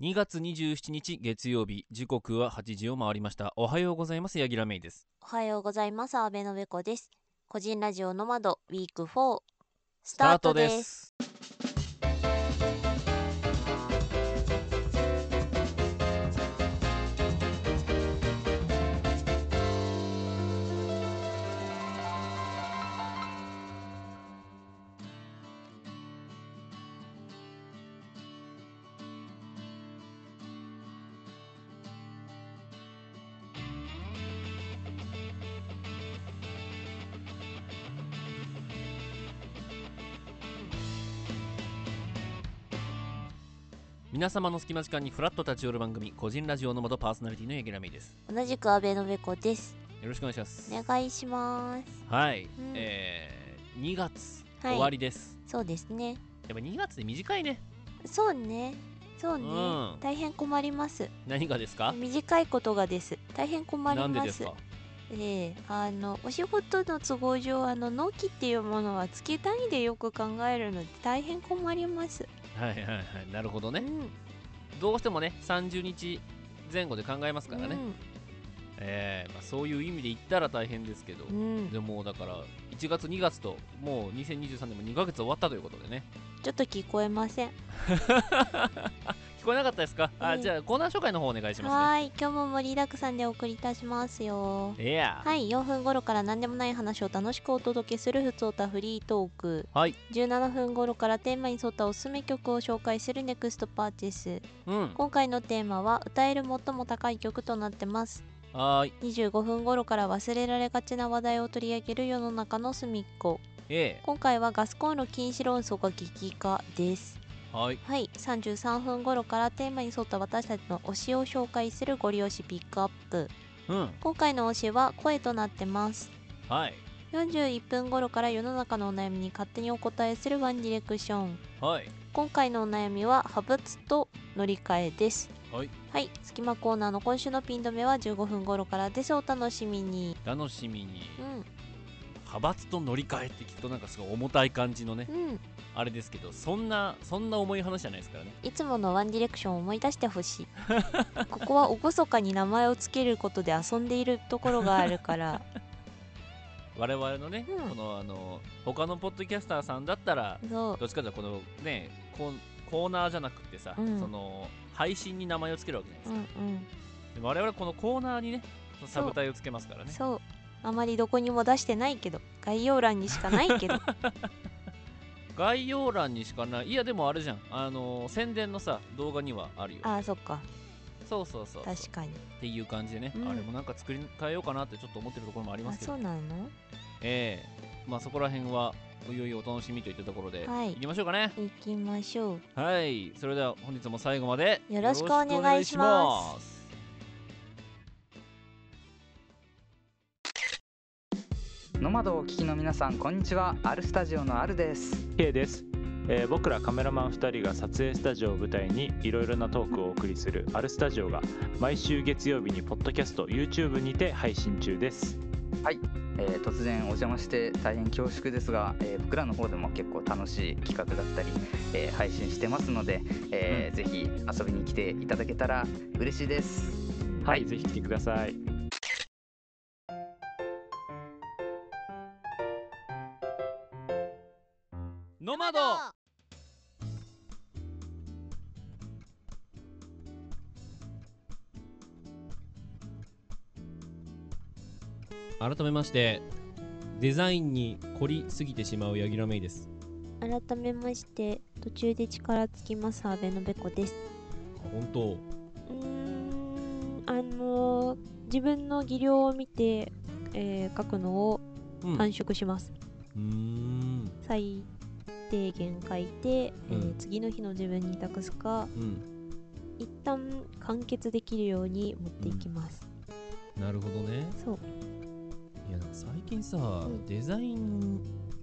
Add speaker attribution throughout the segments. Speaker 1: 2月27日月曜日時刻は8時を回りましたおはようございますヤギラメイです
Speaker 2: おはようございます。安倍のべこです。個人ラジオの窓ウィーク4ス
Speaker 1: ス
Speaker 2: タートです。
Speaker 1: す皆様の隙間時間にフラッと立ち寄る番組個人ラジオの窓パーソナリティのヤギラメイです
Speaker 2: 同じく安倍のべこです。
Speaker 1: よろしくお願いします
Speaker 2: お願いします。
Speaker 1: はい、
Speaker 2: うん
Speaker 1: えー、2月、
Speaker 2: はい
Speaker 1: 終わりです
Speaker 2: そうですね。
Speaker 1: やっぱ2月で短いね
Speaker 2: そうね。そうね。
Speaker 1: うん
Speaker 2: 大変困ります。
Speaker 1: 何がですか
Speaker 2: 短いことがです。大変困り
Speaker 1: なんで
Speaker 2: ま
Speaker 1: ですす。か
Speaker 2: ええあのお仕事の都合上あの納期っていうものは月単位でよく考えるので大変困ります。
Speaker 1: はいはいはいなるほど
Speaker 2: う
Speaker 1: ね
Speaker 2: ん。
Speaker 1: どうしてもね30日前後で考えますからね、
Speaker 2: う
Speaker 1: えーまあ、そういう意味で言ったら大変ですけど、
Speaker 2: ん。うん
Speaker 1: でもだから1月2月ともう2023年も2ヶ月終わったということでね
Speaker 2: ちょっと聞こえません。
Speaker 1: 聞こえなかったですか、あ
Speaker 2: うん
Speaker 1: じゃあコーナー紹介の方お願いしま
Speaker 2: はーい、今日も盛りだくさんでお送りいたしますよ。
Speaker 1: すねいや
Speaker 2: はい、4分頃から何でもない話を楽しくお届けするふつおたフリートーク。
Speaker 1: はい
Speaker 2: 17分頃からテーマに沿ったおすすめ曲を紹介するネクストパーティス。
Speaker 1: うん
Speaker 2: 今回のテーマは歌える最も高い曲となってます。
Speaker 1: はーい
Speaker 2: 25分頃から忘れられがちな話題を取り上げる世の中の隅っこ。
Speaker 1: え
Speaker 2: 今回はガスコンロ禁止論争が激化です。
Speaker 1: えはい
Speaker 2: はい、33分頃からテーマに沿った私たちの推しを紹介するご利用しピックアップ。
Speaker 1: うん
Speaker 2: 今回の推しは声となってます
Speaker 1: はい
Speaker 2: 41分頃から世の中のお悩みに勝手にお答えするワンディレクション
Speaker 1: はい
Speaker 2: 今回のお悩みは派閥と乗り換えです
Speaker 1: はい、
Speaker 2: はい、隙間コーナーの今週のピン止めは15分頃からですお楽しみに
Speaker 1: 楽しみに
Speaker 2: う
Speaker 1: 派閥と乗り換えって聞くとなんかすごい重たい感じのね
Speaker 2: んうん
Speaker 1: あれですけどそんなそんな重い話じゃないですからね
Speaker 2: いつものワンディレクションを思い出して ほしいここは厳かに名前を付けることで遊んでいるところがあ るから
Speaker 1: 我々のね、
Speaker 2: うん
Speaker 1: このあの他のポッドキャスターさんだったら
Speaker 2: そ
Speaker 1: どっちかというとこのねコンコーナーじゃなくてさ、
Speaker 2: うん
Speaker 1: その配信に名前を付けるわけじゃないで
Speaker 2: う
Speaker 1: す
Speaker 2: う
Speaker 1: か、
Speaker 2: んうん
Speaker 1: でも我々このコーナーにねサブタイをつけますからね
Speaker 2: そうあまりどこにも出してないけど概要欄にしかない けど
Speaker 1: 概要欄にしかないいやでもあれじゃんあのー宣伝のさ動画にはあるよ
Speaker 2: ああそっか
Speaker 1: そうそうそうそう
Speaker 2: 確か
Speaker 1: っ
Speaker 2: に
Speaker 1: ていう感じでね、
Speaker 2: うん
Speaker 1: あれもなんか作り変えようかなってちょっと思ってるところもありま
Speaker 2: あ
Speaker 1: すけど
Speaker 2: そうなの
Speaker 1: ええまあそこら辺はいよいよお楽しみといったところで、
Speaker 2: はい
Speaker 1: 行きましょうかね
Speaker 2: 行きましょう
Speaker 1: はいそれでは本日も最後まで
Speaker 2: よろしくお願いします
Speaker 3: ノマドをお聞きの皆さんこんにちはアルスタジオのアルです
Speaker 4: K です、えー僕らカメラマン2人が撮影スタジオを舞台にいろいろなトークをお送りする「アルスタジオ」が毎週月曜日にポッドキャスト YouTube にて配信中です
Speaker 3: えー突然お邪魔して大変恐縮ですが、えー僕らの方でも結構楽しい企画だったり、えー配信してますので、えーぜひ遊びに来ていただけたら嬉しいです
Speaker 4: はい、ぜひ来てください
Speaker 1: ノマド改めましてデザインに凝りすぎてしまうヤギラメイです
Speaker 2: 改めまして途中で力つきます阿部のべこです
Speaker 1: 本当
Speaker 2: うーんあのー自分の技量を見て、えー書くのを
Speaker 1: うん
Speaker 2: 短縮します、
Speaker 1: うん
Speaker 2: 最低限書いて、えー
Speaker 1: うん
Speaker 2: 次の日の自分に託すか
Speaker 1: うん
Speaker 2: 一旦完結できるように持っていきます、
Speaker 1: なるほどね
Speaker 2: そう
Speaker 1: いやなんか最近さ、
Speaker 2: ん
Speaker 1: デザイン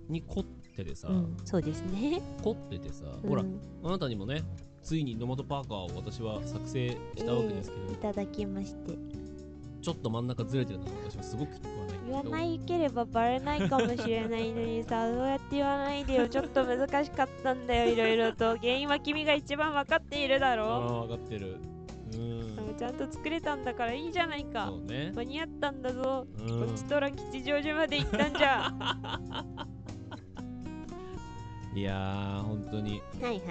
Speaker 1: に凝っててさ、
Speaker 2: うん、そうですね。
Speaker 1: 凝っててさ、ほら
Speaker 2: うん
Speaker 1: あなたにもねついにノマドパーカーを私は作成したわけですけど、
Speaker 2: いただきまして。
Speaker 1: ちょっと真ん中ずれてるのが私はすごく聞こえないん
Speaker 2: 言わないければバレないかもしれないのにさそうやって言わないでよちょっと難しかったんだ よいろいろと原因は君が一番分かっているだろ
Speaker 1: 分かってるうん
Speaker 2: でもちゃんと作れたんだからいいじゃないか
Speaker 1: そうね
Speaker 2: 間に合ったんだぞ
Speaker 1: うん
Speaker 2: こっちとら吉祥寺まで行ったんじゃ はい
Speaker 1: やー本当に
Speaker 2: いはい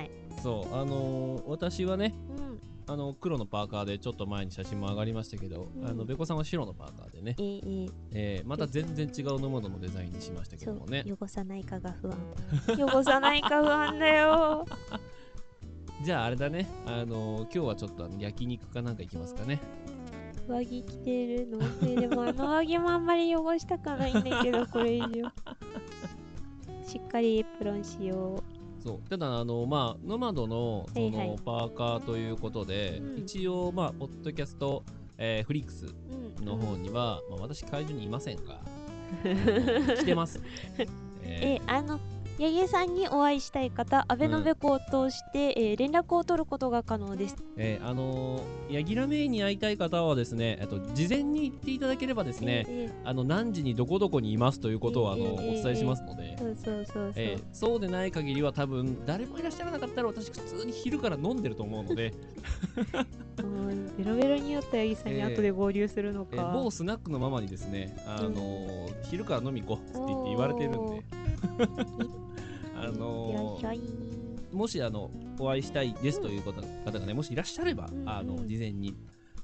Speaker 1: そうあのー私はね
Speaker 2: うん
Speaker 1: あの黒のパーカーでちょっと前に写真も上がりましたけど、
Speaker 2: うん
Speaker 1: あのベコさんは白のパーカーでね
Speaker 2: え、ー、え
Speaker 1: えーまた全然違う飲むののデザインにしました
Speaker 2: ー、
Speaker 1: け
Speaker 2: そ
Speaker 1: ど
Speaker 2: う
Speaker 1: もね
Speaker 2: 汚さないかが不安 汚さないか不安だよ
Speaker 1: じゃああれだねあのー今日はちょっとあの焼肉かなんか行きますかね
Speaker 2: 上着着てるのねでもあ の上着もあんまり汚したくないんだけどこれ以上しっかりエプロンしよ
Speaker 1: そうただあのまあノマドのそ
Speaker 2: はいは
Speaker 1: の
Speaker 2: い
Speaker 1: パーカーということで、
Speaker 2: うん
Speaker 1: 一応まあポッドキャスト、えーフリックス
Speaker 2: う、うん、
Speaker 1: の方
Speaker 2: うん
Speaker 1: には、まあ、私会場にいません があの来てます、え
Speaker 2: えあの八重さんにお会いしたい方安倍のべこを通して、えー連絡を取ることが可能です
Speaker 1: ーえーあのーヤギラメインに会いたい方はですねえっと事前に言っていただければですね、
Speaker 2: え
Speaker 1: あの何時にどこどこにいますということをあの、
Speaker 2: ええ
Speaker 1: お伝えしますので、
Speaker 2: ーそうそうそうそう、
Speaker 1: えーそうでない限りは多分誰もいらっしゃらなかったら私普通に昼から飲んでると思うの で、
Speaker 2: もうベロベロに酔った八木さんに
Speaker 1: えー
Speaker 2: 後で合流するのか、
Speaker 1: えー某スナックのママにですね、あのー昼から飲み行こうって言って言われてるん
Speaker 2: お
Speaker 1: で
Speaker 2: ー
Speaker 1: あ
Speaker 2: よ
Speaker 1: の
Speaker 2: い
Speaker 1: ー
Speaker 2: しょい
Speaker 1: もしあのお会いしたいですという方方がねもしいらっしゃれば、
Speaker 2: うんうん
Speaker 1: あの事前に、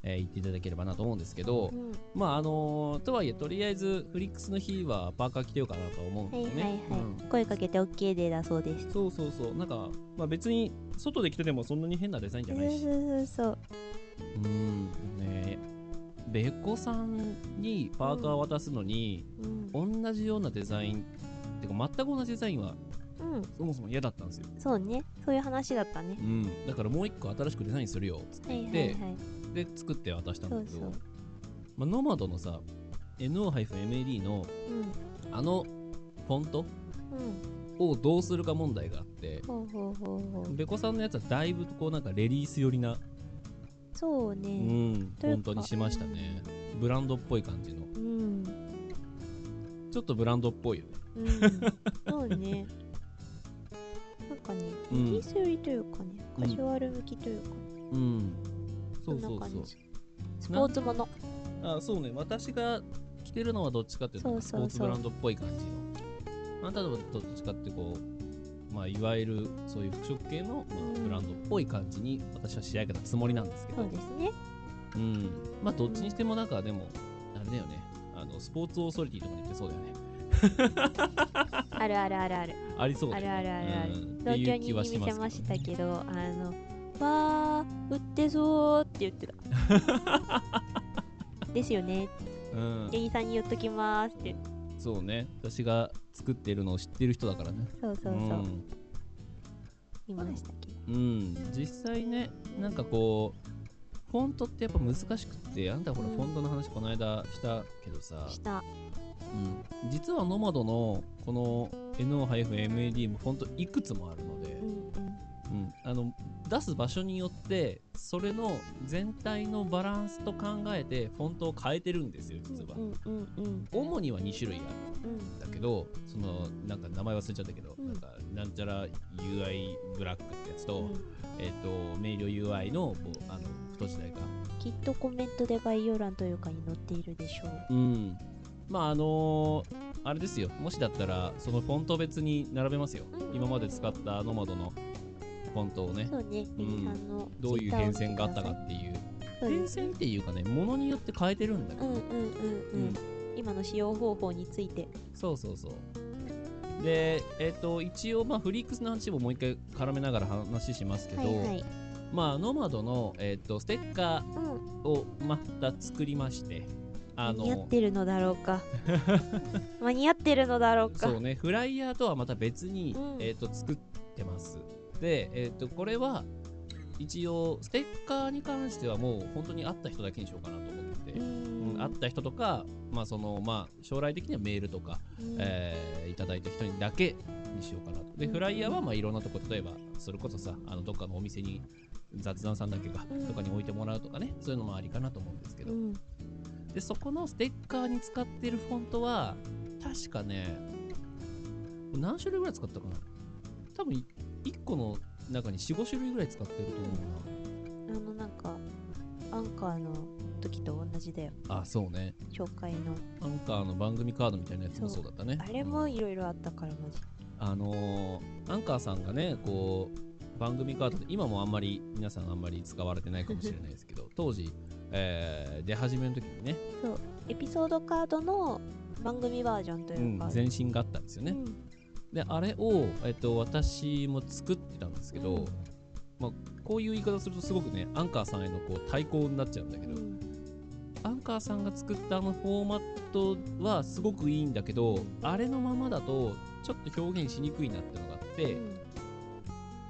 Speaker 1: えー言っていただければなと思うんですけど、
Speaker 2: うん
Speaker 1: まああのーとはいえとりあえずフリックスの日はパーカー着てようかなと思うん
Speaker 2: はい
Speaker 1: で
Speaker 2: は
Speaker 1: す
Speaker 2: い
Speaker 1: ね。
Speaker 2: はい、
Speaker 1: うん
Speaker 2: 声かけて OK でだそうです
Speaker 1: そうそうそうなんか、まあ、別に外で着ててもそんなに変なデザインじ
Speaker 2: そ
Speaker 1: ゃ
Speaker 2: う
Speaker 1: ないし
Speaker 2: そうそう
Speaker 1: うんねべっこさんにパーカー渡すのに、
Speaker 2: そううん
Speaker 1: 同じようなデザインてか全く同じデザインは
Speaker 2: うん
Speaker 1: そもそも嫌だったんですよ、
Speaker 2: そうね、そういう話だったね
Speaker 1: う。ん、だからもう一個新しくデザインするよつって
Speaker 2: はい
Speaker 1: 言
Speaker 2: は
Speaker 1: っ
Speaker 2: い
Speaker 1: て、
Speaker 2: はい。
Speaker 1: で作って渡したんだけど
Speaker 2: そうそう
Speaker 1: まあ、ノマドのさ NO-MAD の
Speaker 2: うん、
Speaker 1: あのフォント
Speaker 2: うん、
Speaker 1: をどうするか問題があって
Speaker 2: ほうほうほうほう。
Speaker 1: べこさんのやつはだいぶこうなんかレディース寄りな
Speaker 2: そう
Speaker 1: う
Speaker 2: ね。
Speaker 1: ん、
Speaker 2: というか
Speaker 1: 本当にしましたね。ブランドっぽい感じの。
Speaker 2: うん、
Speaker 1: ちょっとブランドっぽいよね。
Speaker 2: うん、そうね。なんかね、
Speaker 1: う
Speaker 2: イ
Speaker 1: ん
Speaker 2: ギリス寄りというかね、
Speaker 1: うん
Speaker 2: カジュアル向きというか、
Speaker 1: うん。そ
Speaker 2: そ
Speaker 1: うん
Speaker 2: な
Speaker 1: そうそ
Speaker 2: 感
Speaker 1: う
Speaker 2: じ。。スポーツもの。
Speaker 1: あ、そうね。私が着てるのはどっちかっていうと、スポ
Speaker 2: そ
Speaker 1: ー
Speaker 2: うそうそう
Speaker 1: ツブランドっぽい感じの。あんたのはどっちかってこう、まあ、いわゆるそういう服飾系の、まあ
Speaker 2: うん
Speaker 1: ブランドっぽい感じに私は仕上げたつもりなんですけ
Speaker 2: そ
Speaker 1: ど
Speaker 2: う。ですね。
Speaker 1: うん。まあ、どっちにしてもなんかでも、あれだよね。あの、スポーツオーソリティとかに言ってそうだよね。
Speaker 2: あるあるあるある。
Speaker 1: ありそうだ
Speaker 2: あ
Speaker 1: よね。
Speaker 2: るあるあるある。
Speaker 1: うんって
Speaker 2: 東
Speaker 1: い
Speaker 2: 京
Speaker 1: う
Speaker 2: に
Speaker 1: 気はし
Speaker 2: 見
Speaker 1: ま
Speaker 2: せ
Speaker 1: す
Speaker 2: ま
Speaker 1: け
Speaker 2: し
Speaker 1: ど
Speaker 2: た
Speaker 1: ね
Speaker 2: けど、あの、わー、売ってそうって言ってた。ですよね。
Speaker 1: うん
Speaker 2: 店員さんに言っときますって。
Speaker 1: そうね私が作ってるのを知ってる人だからね
Speaker 2: そうそうそう。
Speaker 1: ん
Speaker 2: 見ましたけど。
Speaker 1: うん、実際ねなんかこうフォントってやっぱ難しくってあんたほら
Speaker 2: うん
Speaker 1: フォントの話この間したけどさ、
Speaker 2: した。
Speaker 1: うん、実はノマドのこの NO-MAD もフォントいくつもあるので
Speaker 2: う、んうん。
Speaker 1: うん、あの出す場所によってそれの全体のバランスと考えてフォントを変えてるんですよ実は、
Speaker 2: うんうんうん
Speaker 1: 主には2種類ある
Speaker 2: うん
Speaker 1: だけどそのなんか名前忘れちゃったけど、
Speaker 2: うん
Speaker 1: なんかなんちゃら UI ブラックってやつと、
Speaker 2: うん
Speaker 1: えっ、と明瞭 UI のもうあの太字台か
Speaker 2: きっとコメントで概要欄というかに載っているでしょう。
Speaker 1: うんまああのーあれですよもしだったらそのフォント別に並べますよ、
Speaker 2: うん
Speaker 1: 今まで使ったノマドのフォントをね
Speaker 2: そうね、
Speaker 1: う
Speaker 2: み
Speaker 1: ん
Speaker 2: きさんの
Speaker 1: どういう
Speaker 2: Twitter を
Speaker 1: 変
Speaker 2: 見て
Speaker 1: 遷
Speaker 2: く
Speaker 1: があ
Speaker 2: だ
Speaker 1: っ
Speaker 2: さ
Speaker 1: た
Speaker 2: い
Speaker 1: かっていう
Speaker 2: そう
Speaker 1: 変
Speaker 2: ですね
Speaker 1: 遷っていうかねものによって変えてるんだけ
Speaker 2: う
Speaker 1: ど、
Speaker 2: んうんうんうん。今の使用方法について。
Speaker 1: そうそうそう。で、えっ、と、一応、まあ、フリークスの話ももう一回絡めながら話しますけど、
Speaker 2: はいはい。
Speaker 1: まあ、ノマドの、えっ、と、ステッカ
Speaker 2: うん。
Speaker 1: ーをまた作りまして、あ
Speaker 2: 間に合
Speaker 1: の
Speaker 2: っ、てるのだろ うか。間に合ってるのだろうか。
Speaker 1: そうね、フライヤーとはまた別に、
Speaker 2: うん
Speaker 1: えっ、と、作ってます。で、えっ、と、これは、一応、ステッカーに関してはもう、本当に会った人だけにしようかなと思ってて
Speaker 2: う、
Speaker 1: うん
Speaker 2: ん。
Speaker 1: 会った人とか、まあ、その、まあ、将来的にはメールとか、
Speaker 2: うん
Speaker 1: えーいただいた人にだけにしようかなと。で、
Speaker 2: うん
Speaker 1: フライヤーはまあいろんなとこ、例えば、それこそさ、あのどっかのお店に雑談さんだけが
Speaker 2: うん
Speaker 1: とかに置いてもらうとかね、そういうのもありかなと思うんですけど、
Speaker 2: うん
Speaker 1: でそこのステッカーに使ってるフォントは確かね何種類ぐらい使ったかな多分1個の中に45種類ぐらい使ってると思
Speaker 2: あのなんかアンカーの時と同じだよ
Speaker 1: うなあそうね
Speaker 2: 紹介の
Speaker 1: アンカーの番組カードみたいなやつもそうだったね
Speaker 2: あれ
Speaker 1: うん
Speaker 2: もいろいろあったからマジ
Speaker 1: あのーアンカーさんがね、こう、番組カードで、今もあんまり、皆さんあんまり使われてないかもしれないです けど、当時、えー出始めの時にね、
Speaker 2: エピソードカードの番組バージョンと
Speaker 1: う
Speaker 2: いうんか、
Speaker 1: 前身があったんですよね。
Speaker 2: うん
Speaker 1: で、あれを、えっと、私も作ってたんですけど、
Speaker 2: うん
Speaker 1: まあ、こういう言い方するとすごくね、アンカーさんへのこう対抗になっちゃうんだけど、アンカーさんが作ったあのフォーマットはすごくいいんだけど、あれのままだと、ちょっと表現しにくいなってのがあって、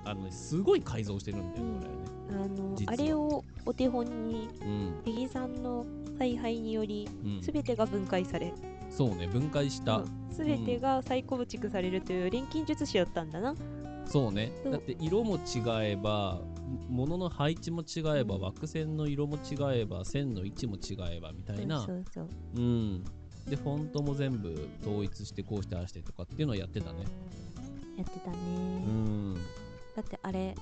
Speaker 1: あのね、すごい改造してるんだよね、俺ね。
Speaker 2: うんあの
Speaker 1: 実は
Speaker 2: あれをお手本に
Speaker 1: うん、
Speaker 2: ネギさんの采配により
Speaker 1: うん、
Speaker 2: 全てが分解され、
Speaker 1: そうね分解した、
Speaker 2: うん全てが再構築されるという錬金術師だったんだな、
Speaker 1: そうね
Speaker 2: そう
Speaker 1: だって色も違えば物の配置も違えば、
Speaker 2: うん
Speaker 1: 枠線の色も違えば線の位置も違えばみたいな
Speaker 2: そううそうん
Speaker 1: でフォントも全部統一してこうしてああしてとかっていうのをやってたね
Speaker 2: やってたね、
Speaker 1: うん
Speaker 2: だってあれ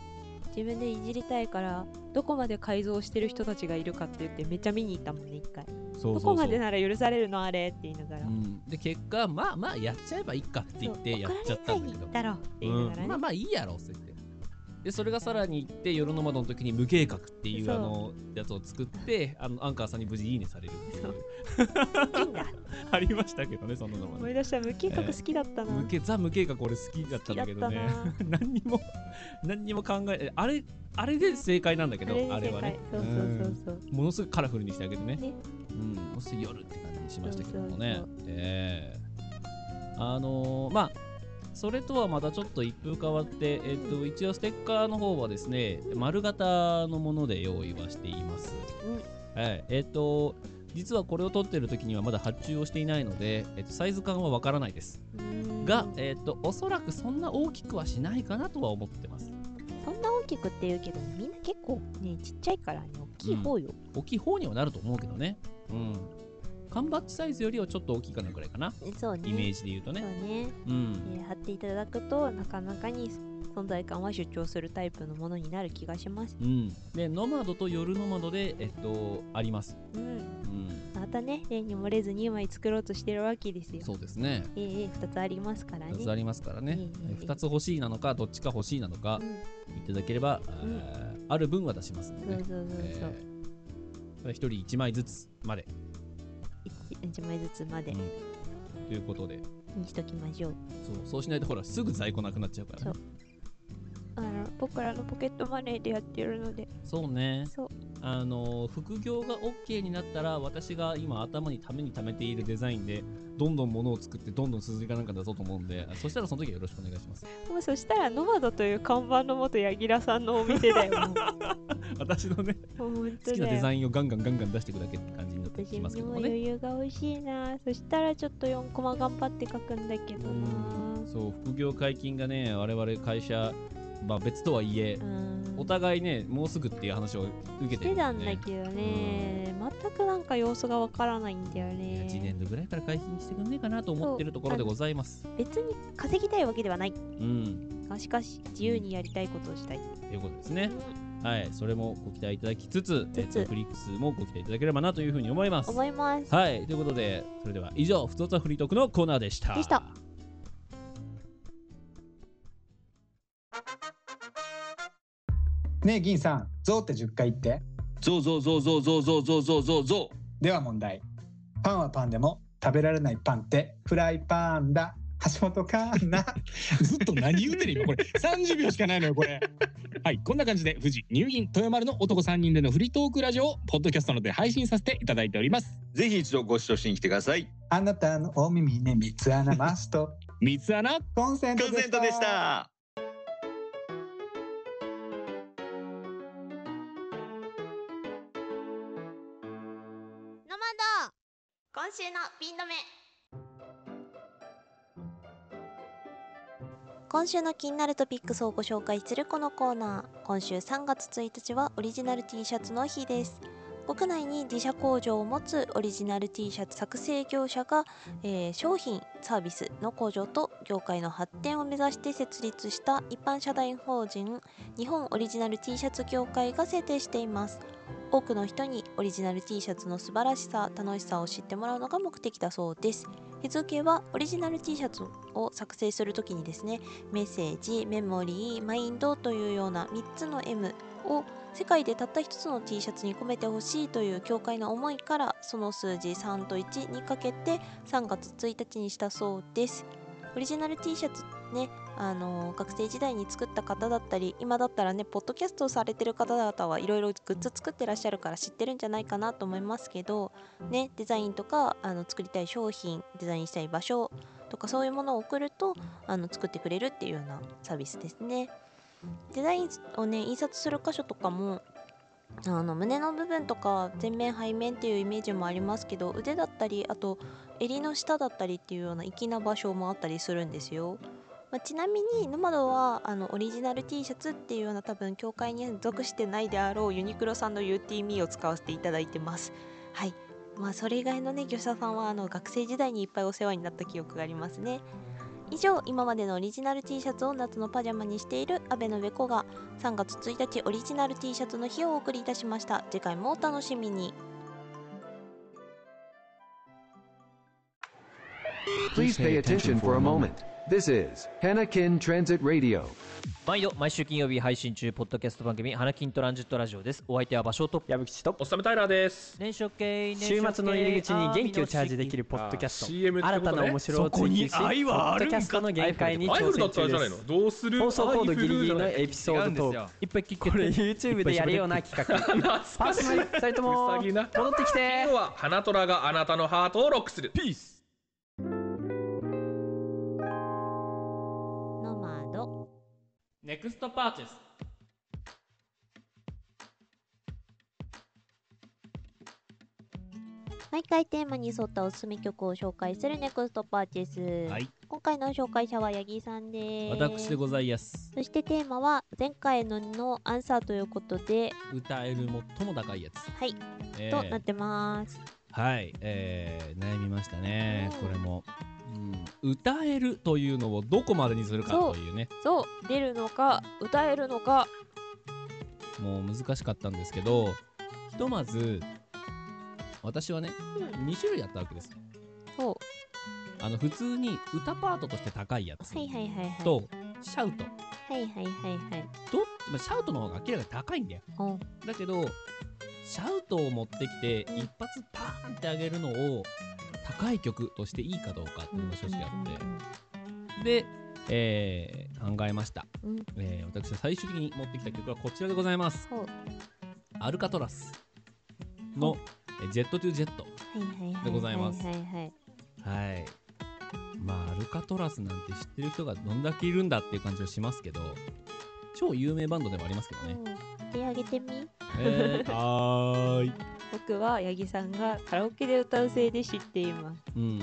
Speaker 2: 自分でいじりたいからどこまで改造してる人たちがいるかって言ってめっちゃ見に行ったもんね一回
Speaker 1: そうそうそう
Speaker 2: どこまでなら許されるのあれって言いながら、
Speaker 1: うん、で結果まあまあやっちゃえばいいかって言ってやっちゃったんだけど
Speaker 2: 怒られないに行ったろって言いながらね、
Speaker 1: うんまあまあいいやろそれででそれがさらに行って夜の窓の時に無計画っていう
Speaker 2: そう
Speaker 1: あのやつを作ってあのアンカーさんに無事いいねされるっていう
Speaker 2: そういいんだ
Speaker 1: ありましたけどねそんなのも
Speaker 2: 思
Speaker 1: ね
Speaker 2: い出した無計画好きだったな、
Speaker 1: 無計ザ無計画俺好きだったんだけどね
Speaker 2: 好きだっ
Speaker 1: 何にも何にも考えあれあれで正解なんだけどあ
Speaker 2: あれ
Speaker 1: れ
Speaker 2: で正
Speaker 1: は
Speaker 2: 解
Speaker 1: ね
Speaker 2: そうそうそうそう
Speaker 1: うんものすごくカラフルにしてあげてね
Speaker 2: ね
Speaker 1: うんもうすぐ夜って感じにしましたけども
Speaker 2: そ
Speaker 1: ね
Speaker 2: う
Speaker 1: ええあのーまあそれとはまたちょっと一風変わって、えっと、一応ステッカーの方はですね、丸型のもので用意はしています。はい、えっと、実はこれを撮ってる時にはまだ発注をしていないので、えっと、サイズ感はわからないです。
Speaker 2: うん
Speaker 1: が、えっと、おそらくそんな大きくはしないかなとは思ってます。
Speaker 2: そんな大きくって言うけどみんな結構ねちっちゃいからね大きい方よ、
Speaker 1: 大きい方にはなると思うけどね。うん。缶バッジサイズよりはちょっと大きいかなぐらいかな。
Speaker 2: そうね
Speaker 1: イメージで言うとね。
Speaker 2: そうね、
Speaker 1: うん
Speaker 2: え。ー貼っていただくとなかなかに存在感は主張するタイプのものになる気がします
Speaker 1: うん、でノマドと夜ノマドで、えっと、あります、
Speaker 2: うん
Speaker 1: うん、
Speaker 2: またね例に漏れず2枚作ろうとしてるわけですよ
Speaker 1: そうですね
Speaker 2: ええ2つありますからね
Speaker 1: 2つありますからね、
Speaker 2: ええええ
Speaker 1: 2つ欲しいなのかどっちか欲しいなのかいただければ、あ
Speaker 2: ん
Speaker 1: ーある分は出しますん
Speaker 2: う
Speaker 1: で
Speaker 2: ん、そ
Speaker 1: ね
Speaker 2: うそうそうそう、
Speaker 1: えー1人1枚ずつまで、
Speaker 2: 1, 枚ずつまで
Speaker 1: うんということで
Speaker 2: にしときましょう
Speaker 1: そうそうしないとほらすぐ在庫なくなっちゃうからね
Speaker 2: あの僕らのポケットマネーでやってるので
Speaker 1: そうね
Speaker 2: そう
Speaker 1: あのー副業が OK になったら私が今頭にために貯めているデザインでどんどん物を作ってどんどん鈴木かなんか出そうと思うんであそしたらその時はよろしくお願いし ます
Speaker 2: もうそしたらノマドという看板の元柳楽さんのお店 だよも
Speaker 1: 私のね
Speaker 2: うもう本
Speaker 1: 好
Speaker 2: 当
Speaker 1: きな
Speaker 2: だ
Speaker 1: デ
Speaker 2: よ
Speaker 1: ザインをガンガンガンガン出していくだけって感じになって
Speaker 2: 私
Speaker 1: きますけど
Speaker 2: も
Speaker 1: もね。
Speaker 2: 余裕が欲しいなそしたらちょっと4コマ頑張って書くんだけど
Speaker 1: うん
Speaker 2: な
Speaker 1: そう副業解禁がね我々会社、まあ、別とはいえ
Speaker 2: う、ん
Speaker 1: お互いねもうすぐっていう話を受け
Speaker 2: して
Speaker 1: る
Speaker 2: て
Speaker 1: で
Speaker 2: たんだけどね全くなんか様子がわからないんだよ
Speaker 1: いや
Speaker 2: ね
Speaker 1: 次年度ぐらいから解禁してくんねえかなと思ってるところでございます。
Speaker 2: 別に稼ぎたいわけではない
Speaker 1: うん
Speaker 2: がしかし自由にやりたいことをしたい
Speaker 1: ということですね。はいそれもご期待いただきつつ
Speaker 2: つつ
Speaker 1: えっとフリックスもご期待いただければなというふうに思います。
Speaker 2: 思います
Speaker 1: はいということでそれでは以上「ふつおたフリートーク」のコーナーでした。
Speaker 2: でした
Speaker 5: ねえ銀さんゾウって10回言って
Speaker 6: ゾウゾウゾウゾウゾウゾウゾウゾウゾウゾ
Speaker 5: では問題パンはパンでも食べられないパンってフライパンだ橋本環 奈
Speaker 6: ウずっと何言うてる今これ30秒しかないのよこれはいこんな感じで富士入銀豊丸の男3人でのフリートークラジオをポッドキャストので配信させていただいております
Speaker 7: ぜひ一度ご視聴しに来てください。
Speaker 5: あなたのお耳に三つ穴マスト
Speaker 6: 三つ穴
Speaker 5: コンセン
Speaker 7: コ
Speaker 5: ト
Speaker 7: ンセントでした。
Speaker 8: ノマド今週のピン止め
Speaker 9: 今週の気になるトピックスをご紹介するこのコーナー今週3月1日はオリジナル T シャツの日です
Speaker 2: 国内に自社工場を持つオリジナル T シャツ作成業者が、えー商品サービスの工場と業界の発展を目指して設立した一般社団法人日本オリジナル T シャツ協会が制定しています多くの人にオリジナル T シャツの素晴らしさ楽しさを知ってもらうのが目的だそうです日付はオリジナル T シャツを作成するときにですねメッセージメモリーマインドというような3つの M を世界でたった一つの T シャツに込めてほしいという協会の思いからその数字3と1にかけて3月1日にしたそうですオリジナル T シャツねあのー学生時代に作った方だったり今だったらねポッドキャストをされてる方々はいろいろグッズ作ってらっしゃるから知ってるんじゃないかなと思いますけどねデザインとかあの作りたい商品デザインしたい場所とかそういうものを送るとあの作ってくれるっていうようなサービスですねデザインをね印刷する箇所とかもあの胸の部分とか前面背面っていうイメージもありますけど腕だったりあと襟の下だったりっていうような粋な場所もあったりするんですよ、まあちなみにノマドはあのオリジナル T シャツっていうような多分協会に属してないであろうユニクロさんの UTME を使わせていただいてますはいまあそれ以外のね業者さんはあの学生時代にいっぱいお世話になった記憶がありますね以上今までのオリジナル T シャツを夏のパジャマにしている阿部のべこが3月1日オリジナル T シャツの日をお送りいたしました次回もお楽しみに
Speaker 10: Please pay attention for a moment. This is Hanakin Transit Radio.
Speaker 11: 毎度毎週金曜日配信中ポッドキャスト番組「花金トランジットラジオ」ですお相手は場所と
Speaker 12: 矢吹と
Speaker 13: おっさめタイラーです
Speaker 11: 年初系
Speaker 12: 週末の入り口に元気をチャージできるポッドキャスト
Speaker 13: CM って
Speaker 12: 新
Speaker 13: こと
Speaker 12: たな
Speaker 13: ね
Speaker 12: 面白を追求し
Speaker 13: そこに愛はあるんか
Speaker 12: ポッドキャストの限界に
Speaker 13: アイ
Speaker 12: 挑
Speaker 13: フルだ
Speaker 12: 戦
Speaker 13: ったらあれじ
Speaker 12: 中
Speaker 13: ゃ
Speaker 12: で
Speaker 13: ない
Speaker 12: す
Speaker 13: のどうする
Speaker 12: 放送コードギリギ
Speaker 13: アイフル
Speaker 12: リの
Speaker 13: じゃない
Speaker 12: エピソードと
Speaker 11: いっぱい聞
Speaker 12: これ YouTube でやるような企画パーソナリティ2人とも
Speaker 13: うさぎな
Speaker 12: 戻ってきて
Speaker 13: 今日は花虎があなたのハートをロックするピース
Speaker 14: ノマド
Speaker 1: ネクストパーチェス
Speaker 2: 毎回テーマに沿ったおすすめ曲を紹介するネクストパーチェス、
Speaker 1: はい
Speaker 2: 今回の紹介者は八木さんです
Speaker 1: 私でございます
Speaker 2: そしてテーマは前回ののアンサーということで
Speaker 1: 歌える最も高いやつ
Speaker 2: はい、
Speaker 1: え
Speaker 2: となっ
Speaker 1: ー
Speaker 2: てます
Speaker 1: はい、えー悩みましたねこれも、うん、歌えるというのをどこまでにするか
Speaker 14: そう
Speaker 1: というね
Speaker 14: そう出るのか歌えるのか
Speaker 1: もう難しかったんですけどひとまず私はね2種類あったわけですよ
Speaker 14: そう
Speaker 1: あの普通に歌パートとして高いやつ
Speaker 2: はいはいはいはい
Speaker 1: とシャウト
Speaker 2: はいはいはいはい
Speaker 1: どっちまあシャウトの方が明らかに高いんだよ
Speaker 2: お
Speaker 1: だけどシャウトを持ってきて一発パーンって上げるのを高い曲としていいかどうかっていうのが正直あってで、えー考えました、
Speaker 2: うん
Speaker 1: えー私は最終的に持ってきた曲はこちらでございます
Speaker 2: ほう
Speaker 1: アルカトラスのえージェットトゥジェット
Speaker 2: はいはいはい
Speaker 1: でございます
Speaker 2: はいはいはい
Speaker 1: はいまあアルカトラスなんて知ってる人がどんだけいるんだっていう感じはしますけど超有名バンドでもありますけどね、
Speaker 2: 手上げてみ
Speaker 1: えー、 はーい
Speaker 14: 僕は八木さんがカラオケで歌うせいで知っています
Speaker 1: うん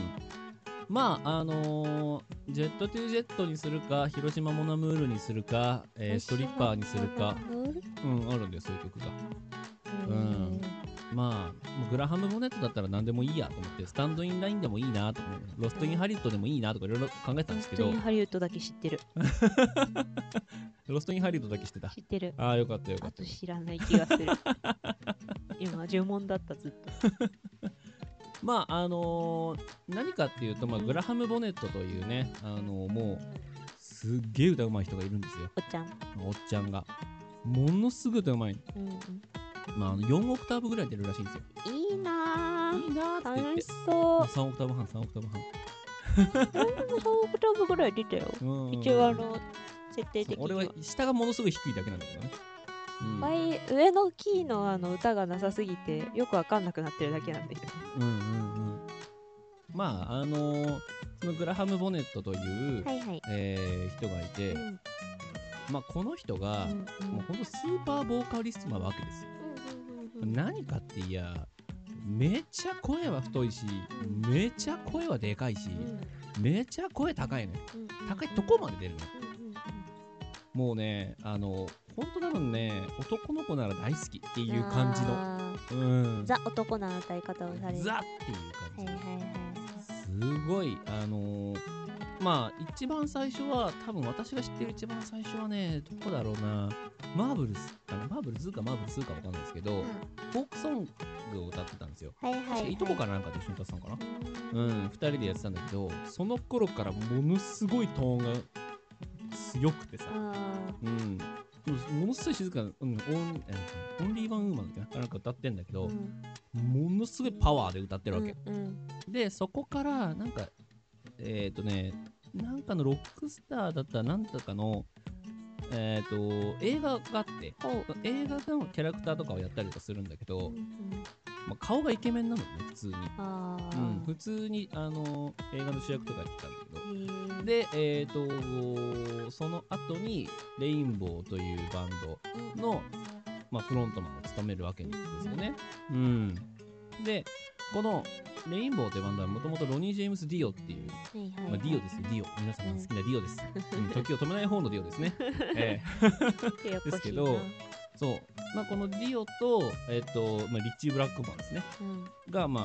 Speaker 1: まああのージェットトゥジェットにするか広島モナムールにするか、えーストリッパーにするかうんあるんだよそういう曲がうんまあもうグラハム・ボネットだったら何でもいいやと思ってスタンド・イン・ラインでもいいなと思ってロスト・イン・ハリウッドでもいいなとかいろいろ考えてたんですけ
Speaker 14: 本当
Speaker 1: ど
Speaker 14: にハリウッドだけ知ってる
Speaker 1: ロスト・イン・ハリウッドだけしてた
Speaker 14: 知ってる
Speaker 1: ああよかったよ
Speaker 14: あ
Speaker 1: かった
Speaker 14: と知らない気がす る今呪文だったずっと
Speaker 1: まああのー何かっていうと、まあ、グラハム・ボネットというね、あのーもうすっげえ歌うまい人がいるんですよ
Speaker 2: おっちゃん
Speaker 1: おっちゃんがものすごい歌うまい、
Speaker 2: うんうん
Speaker 1: まあ、あの4オクターブぐらい出るらしいんですよ
Speaker 2: いいなー
Speaker 1: いいなーって言っ
Speaker 2: 楽
Speaker 1: て
Speaker 2: しそう
Speaker 1: 3オクターブ半3オクターブ半
Speaker 14: 3オクターブぐらい出たよ
Speaker 1: うん
Speaker 14: 一応あの設定
Speaker 1: そう
Speaker 14: 的に
Speaker 1: 俺
Speaker 14: は
Speaker 1: は下がものすごい低いだけなんだけどね、うん
Speaker 14: 倍上のキーのあの歌がなさすぎてよくわかんなくなってるだけなんだけど
Speaker 1: うんうんうんまああのーそのグラハム・ボネットという、
Speaker 2: はいはい
Speaker 1: えー人がいて、
Speaker 2: うん
Speaker 1: まあこの人が、もうほんとスーパーボーカリストなわけですよ、何かっていやめちゃ声は太いしめちゃ声はでかいし、めちゃ声高いのよ高いとこまで出るのよもうねあのほんと多分ね、男の子なら大好きっていう感じ
Speaker 2: あ
Speaker 1: の、うん、
Speaker 2: ザ男な歌い方をされる
Speaker 1: ザ
Speaker 2: っていう感じはいはいはい
Speaker 1: すごい、あのーまあ、一番最初は、多分私が知ってる一番最初はね、どこだろうな、マーブルズ、あのマーブルズかマーブルズかわかんないですけど、フォークソングを歌ってたんですよ。
Speaker 2: はいはいはい
Speaker 1: 確かいとこかなんかで一緒に歌ってたのかな。うん、二人でやってたんだけど、その頃からものすごいトーンが強くてさ、うん、ものすごい静かな、うん、オンえーオンリーワンウーマンだっけななんか歌ってんだけど、ものすごいパワーで歌ってるわけ。でそこからなんかえっ、とねなんかのロックスターだったらなんとかのえっ、と映画があって映画のキャラクターとかをやったりとかするんだけど、まあ、顔がイケメンなのね普通に、
Speaker 2: あ
Speaker 1: う
Speaker 2: ー
Speaker 1: ん、普通にあの映画の主役とかやってたんだけどでえっ、とその後にレインボーというバンドの、まあ、フロントマンを務めるわけですよね、うん、でこのレインボーというバンドはもともとロニー・ジェームス・ディオっていう、
Speaker 2: はいはいはい
Speaker 1: まあ、ディオですよディオ皆さんが好きなディオです、うん時を止めない方のディオ ですね、ええ
Speaker 2: ややこし
Speaker 1: で
Speaker 2: いな
Speaker 1: すけどそう、まあ、このディオと,、えっとまあ、リッチー・ブラックマンですね、が、ま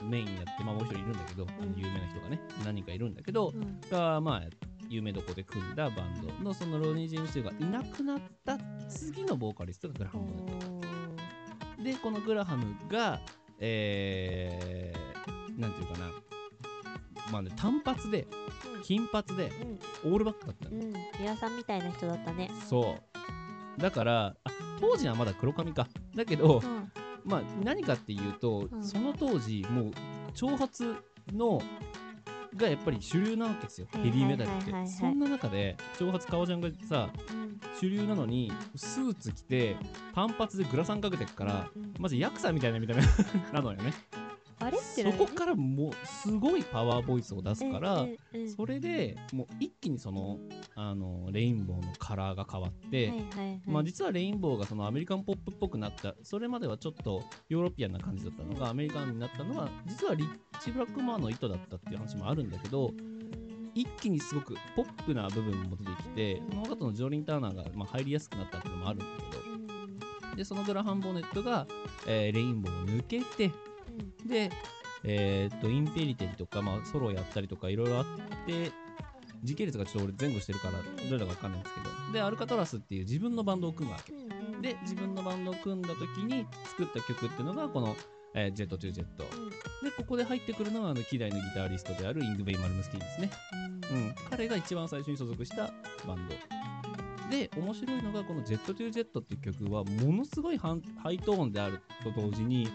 Speaker 1: あ、メインやって、まあ、もう一人いるんだけど、あの有名な人がね何人かいるんだけど、
Speaker 2: うん
Speaker 1: が、まあ、有名どこで組んだバンドのそのロニー・ジェームス・ディオがいなくなった次のボーカリストがグラハムだったでこのグラハムがえー、なんていうかなまあね単発で金髪でオールバックだったの、
Speaker 2: うん皆さんみたいな人だったね
Speaker 1: そうだからあ当時はまだ黒髪かだけど、
Speaker 2: うん
Speaker 1: まあ何かっていうと、
Speaker 2: うん
Speaker 1: その当時もう長髪のがやっぱり主流なわけですよ
Speaker 2: は
Speaker 1: ヘ
Speaker 2: い
Speaker 1: ビーメタル
Speaker 2: はいはいはいは
Speaker 1: っ
Speaker 2: い
Speaker 1: てそんな中で長髪顔ちゃんがさ主流なのにスーツ着て短髪でグラサンかけてくからマジヤクザみたいな見た目 なのよね
Speaker 2: あれって
Speaker 1: そこからもうすごいパワーボイスを出すから
Speaker 2: うんうんうん
Speaker 1: それでもう一気にそのあのレインボーのカラーが変わって
Speaker 2: はいはいはい
Speaker 1: まあ実はレインボーがそのアメリカンポップっぽくなったそれまではちょっとヨーロピアンな感じだったのがアメリカンになったのは実はリッチ・ブラックマーの意図だったっていう話もあるんだけど一気にすごくポップな部分も出てきてその後のジョリン・ターナーがまあ入りやすくなったっていうのもあるんだけどでそのグラハン・ボネットが、えーレインボーを抜けて、で、えーっとインペリテリとか、まあ、ソロをやったりとかいろいろあって時系列がちょっと俺前後してるからどれだか分かんないんですけどでアルカトラスっていう自分のバンドを組むわけで自分のバンドを組んだ時に作った曲っていうのがこの「えー、ジェット・トゥ・ジェット」でここで入ってくるのがあの希代のギタリストであるイングベイ・マルムスキーですね、うん、彼が一番最初に所属したバンドで面白いのがこの「ジェット・トゥ・ジェット」っていう曲はものすごいハンハイトーンであると同時に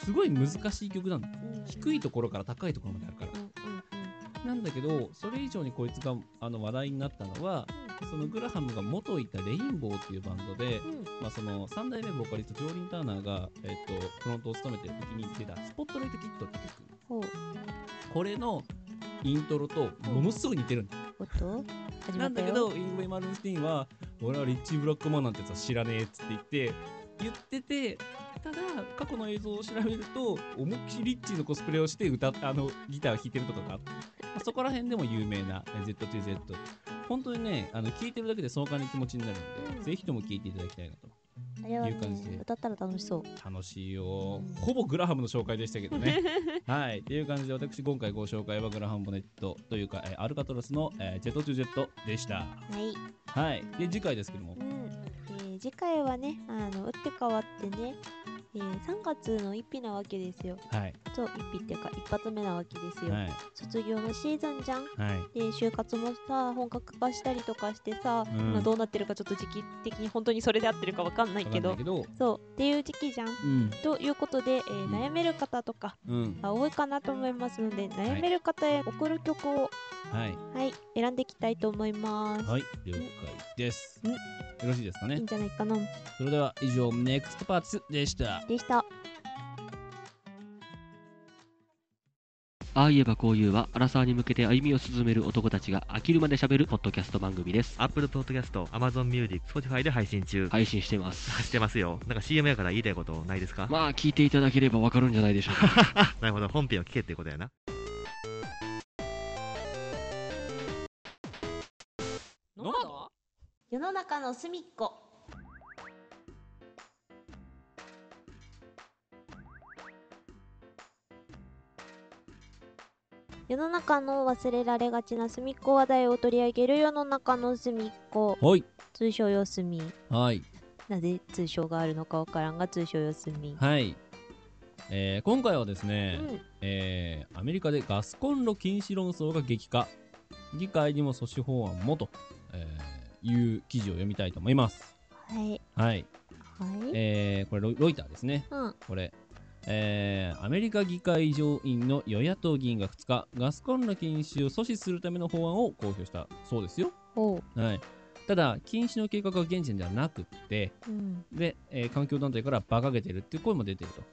Speaker 1: すごい難しい曲なの低いところから高いところまであるからなんだけどそれ以上にこいつがあの話題になったのは、そのグラハムが元いたレインボーっていうバンドで、まあ、その3代目ボーカリストジョーリン・ターナーが、えっとフロントを務めてる時に出た「スポットライト・キット」って曲
Speaker 2: ほう
Speaker 1: これのイントロとものすごい似てるんだ
Speaker 2: おっと始
Speaker 1: な
Speaker 2: まっ
Speaker 1: ん
Speaker 2: た
Speaker 1: だ
Speaker 2: よ
Speaker 1: けどイングウェイ・マルンスティーンは「俺はリッチー・ブラックマンなんてやつは知らねえ」っつって言って言っててただ過去の映像を調べると思いっきりリッチーのコスプレをして歌っあのギターを弾いてるとかがあってまあそこら辺でも有名な Z2Z 本当にねあの聴いてるだけで爽快な気持ちになるので、ぜひとも聴いていただきたいなと
Speaker 2: あれは、
Speaker 1: いう感じ
Speaker 2: ね
Speaker 1: で、
Speaker 2: 歌ったら楽しそう
Speaker 1: 楽しいよほぼグラハムの紹介でしたけど ねはいという感じで私今回ご紹介はグラハムボネットというか、えーアルカトラスの、えージェット・トゥ・ジェットでした
Speaker 2: はい、
Speaker 1: はいで次回ですけども
Speaker 2: えー次回はねあの打って変わってね、えー3月の一日なわけですよ
Speaker 1: はい
Speaker 2: そう一日っていうか一発目なわけですよ、
Speaker 1: はい
Speaker 2: 卒業のシーズンじゃん、
Speaker 1: はい
Speaker 2: で就活もさ本格化したりとかしてさ、
Speaker 1: うん
Speaker 2: 今どうなってるかちょっと時期的に本当にそれで合ってるかわかんないけど
Speaker 1: わかんないけど
Speaker 2: そうっていう時期じゃん、
Speaker 1: ん
Speaker 2: ということで、えー
Speaker 1: うん
Speaker 2: 悩める方とか
Speaker 1: うん
Speaker 2: が多いかなと思いますので悩める方へ送る曲を、
Speaker 1: はい
Speaker 2: はい、選んでいきたいと思います、
Speaker 1: はい了解ですよろしいですか
Speaker 2: い
Speaker 1: ね
Speaker 2: いんじゃないかな
Speaker 1: それでは以上 NEXT パーツでした
Speaker 2: でした
Speaker 15: ああ言えばこう言うは、アラサーに向けて歩みを進める男たちが飽きるまで喋るポッドキャスト番組です。
Speaker 16: Apple Podcast、Amazon Music、Spotify で配信中。
Speaker 15: 配信してます。
Speaker 16: してますよ。なんか CM やから言いたいことないですか、
Speaker 15: まあ、聞いていただければわかるんじゃないでしょうか。
Speaker 16: なるほど、本編を聞けってことやな。
Speaker 2: 世の中の隅っこ世の中の忘れられがちな隅っこ話題を取り上げる世の中の隅っこ
Speaker 1: はい
Speaker 2: 通称四隅
Speaker 1: はい
Speaker 2: なぜ通称があるのかわからんが通称四隅
Speaker 1: はい、えー今回はですね、
Speaker 2: うん
Speaker 1: えーアメリカでガスコンロ禁止論争が激化議会にも阻止法案もと、えーいう記事を読みたいと思います
Speaker 2: はい
Speaker 1: はい、
Speaker 2: はい
Speaker 1: えーこれロイロイターですね、
Speaker 2: うん
Speaker 1: これえーアメリカ議会上院の与野党議員が2日ガスコンロ禁止を阻止するための法案を公表したそうですよ、
Speaker 2: ほ
Speaker 1: はい、ただ禁止の計画は現時点ではなくって、
Speaker 2: ううん
Speaker 1: で、えー環境団体から馬鹿げてるっていう声も出てると。
Speaker 2: うん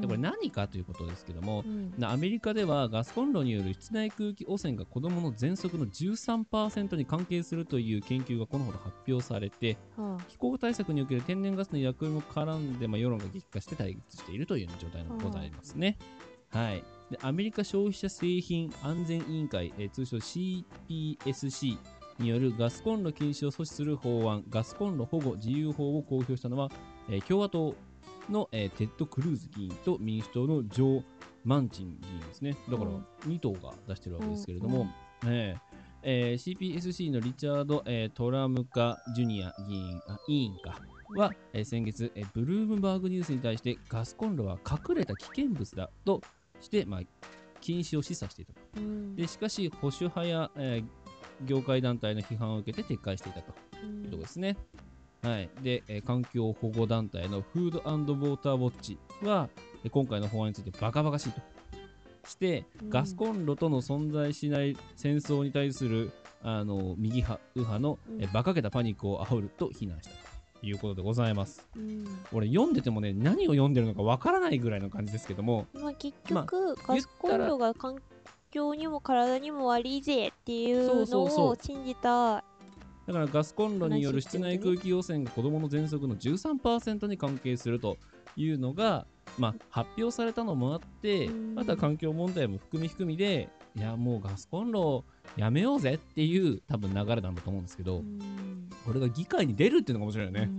Speaker 1: でこれ何かということですけども、
Speaker 2: うん
Speaker 1: なアメリカではガスコンロによる室内空気汚染が子どもの喘息の13%に関係するという研究がこのほど発表されて、
Speaker 2: はあ
Speaker 1: 気候対策における天然ガスの役割も絡んで、まあ、世論が激化して対立しているというような状態のございますね。はい、でアメリカ消費者製品安全委員会、えー通称 CPSC によるガスコンロ禁止を阻止する法案、ガスコンロ保護自由法を公表したのは、えー共和党の、えーテッド・クルーズ議員と民主党のジョー・マンチン議員ですね。だから
Speaker 17: うん
Speaker 1: 2党が出してるわけですけれども、
Speaker 17: うん
Speaker 1: えーえー CPSC のリチャード、えートラムカ・ジュニア議員あ委員かは、えー先月、えーブルームバーグニュースに対してガスコンロは隠れた危険物だとして、まあ、禁止を示唆していたと。
Speaker 2: うん
Speaker 1: でしかし、保守派や、えー業界団体の批判を受けて撤回していたと
Speaker 2: うん
Speaker 1: いうところですね。はい、で、えー環境保護団体のフードウォーターウォッチは、えー今回の法案についてバカバカしいとして、
Speaker 17: うん
Speaker 1: ガスコンロとの存在しない戦争に対するあの右派右派の、
Speaker 17: うん
Speaker 1: えー馬鹿げたパニックを煽ると非難したということでございます。
Speaker 2: うん
Speaker 1: 俺読んでてもね何を読んでるのかわからないぐらいの感じですけども、
Speaker 2: まあ結
Speaker 1: まあ
Speaker 2: 局、ガスコンロが環境にも体にも悪いぜっていうの
Speaker 1: そうそう
Speaker 2: を
Speaker 1: そう
Speaker 2: 信じた
Speaker 1: だからガスコンロによる室内空気汚染が子どもの喘息の13%に関係するというのが、まあ、発表されたのもあってまた環境問題も含み含みでいやもうガスコンロやめようぜっていう多分流れなんだと思うんですけどこれが議会に出るっていうのが面白いよね。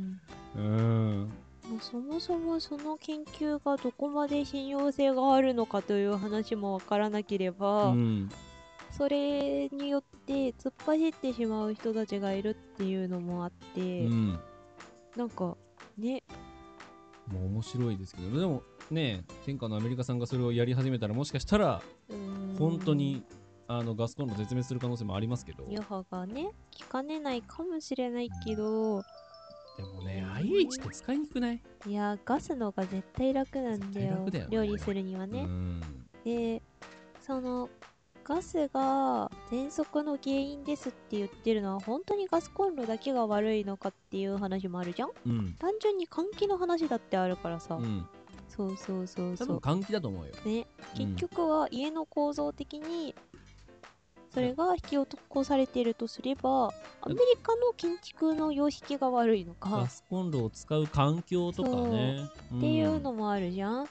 Speaker 1: うん
Speaker 2: もうそもそもその研究がどこまで信用性があるのかという話もわからなければ、
Speaker 1: うん
Speaker 2: それによって突っ走ってしまう人たちがいるっていうのもあって、
Speaker 1: うん
Speaker 2: なんかね
Speaker 1: もう面白いですけどでもね天下のアメリカさんがそれをやり始めたらもしかしたら本当にあのガスコンロ絶滅する可能性もありますけど
Speaker 2: 余波がね聞かねないかもしれないけど、
Speaker 1: でもね IH って使いにくくない
Speaker 2: いやーガスのが絶対楽なんだよ
Speaker 1: 絶対楽だよね
Speaker 2: 料理するには
Speaker 1: う
Speaker 2: ね、
Speaker 1: ん
Speaker 2: でそのガスが喘息の原因ですって言ってるのは本当にガスコンロだけが悪いのかっていう話もあるじゃん、
Speaker 1: うん
Speaker 2: 単純に換気の話だってあるからさ、
Speaker 1: うん
Speaker 2: そうそうそう
Speaker 1: 多
Speaker 2: そ
Speaker 1: 分
Speaker 2: う
Speaker 1: 換気だと思うよ
Speaker 2: ね結局は家の構造的にそれが引き起こされているとすればアメリカの建築の様式が悪いのか
Speaker 1: ガスコンロを使う環境とかね
Speaker 2: そうっていうのもあるじゃん、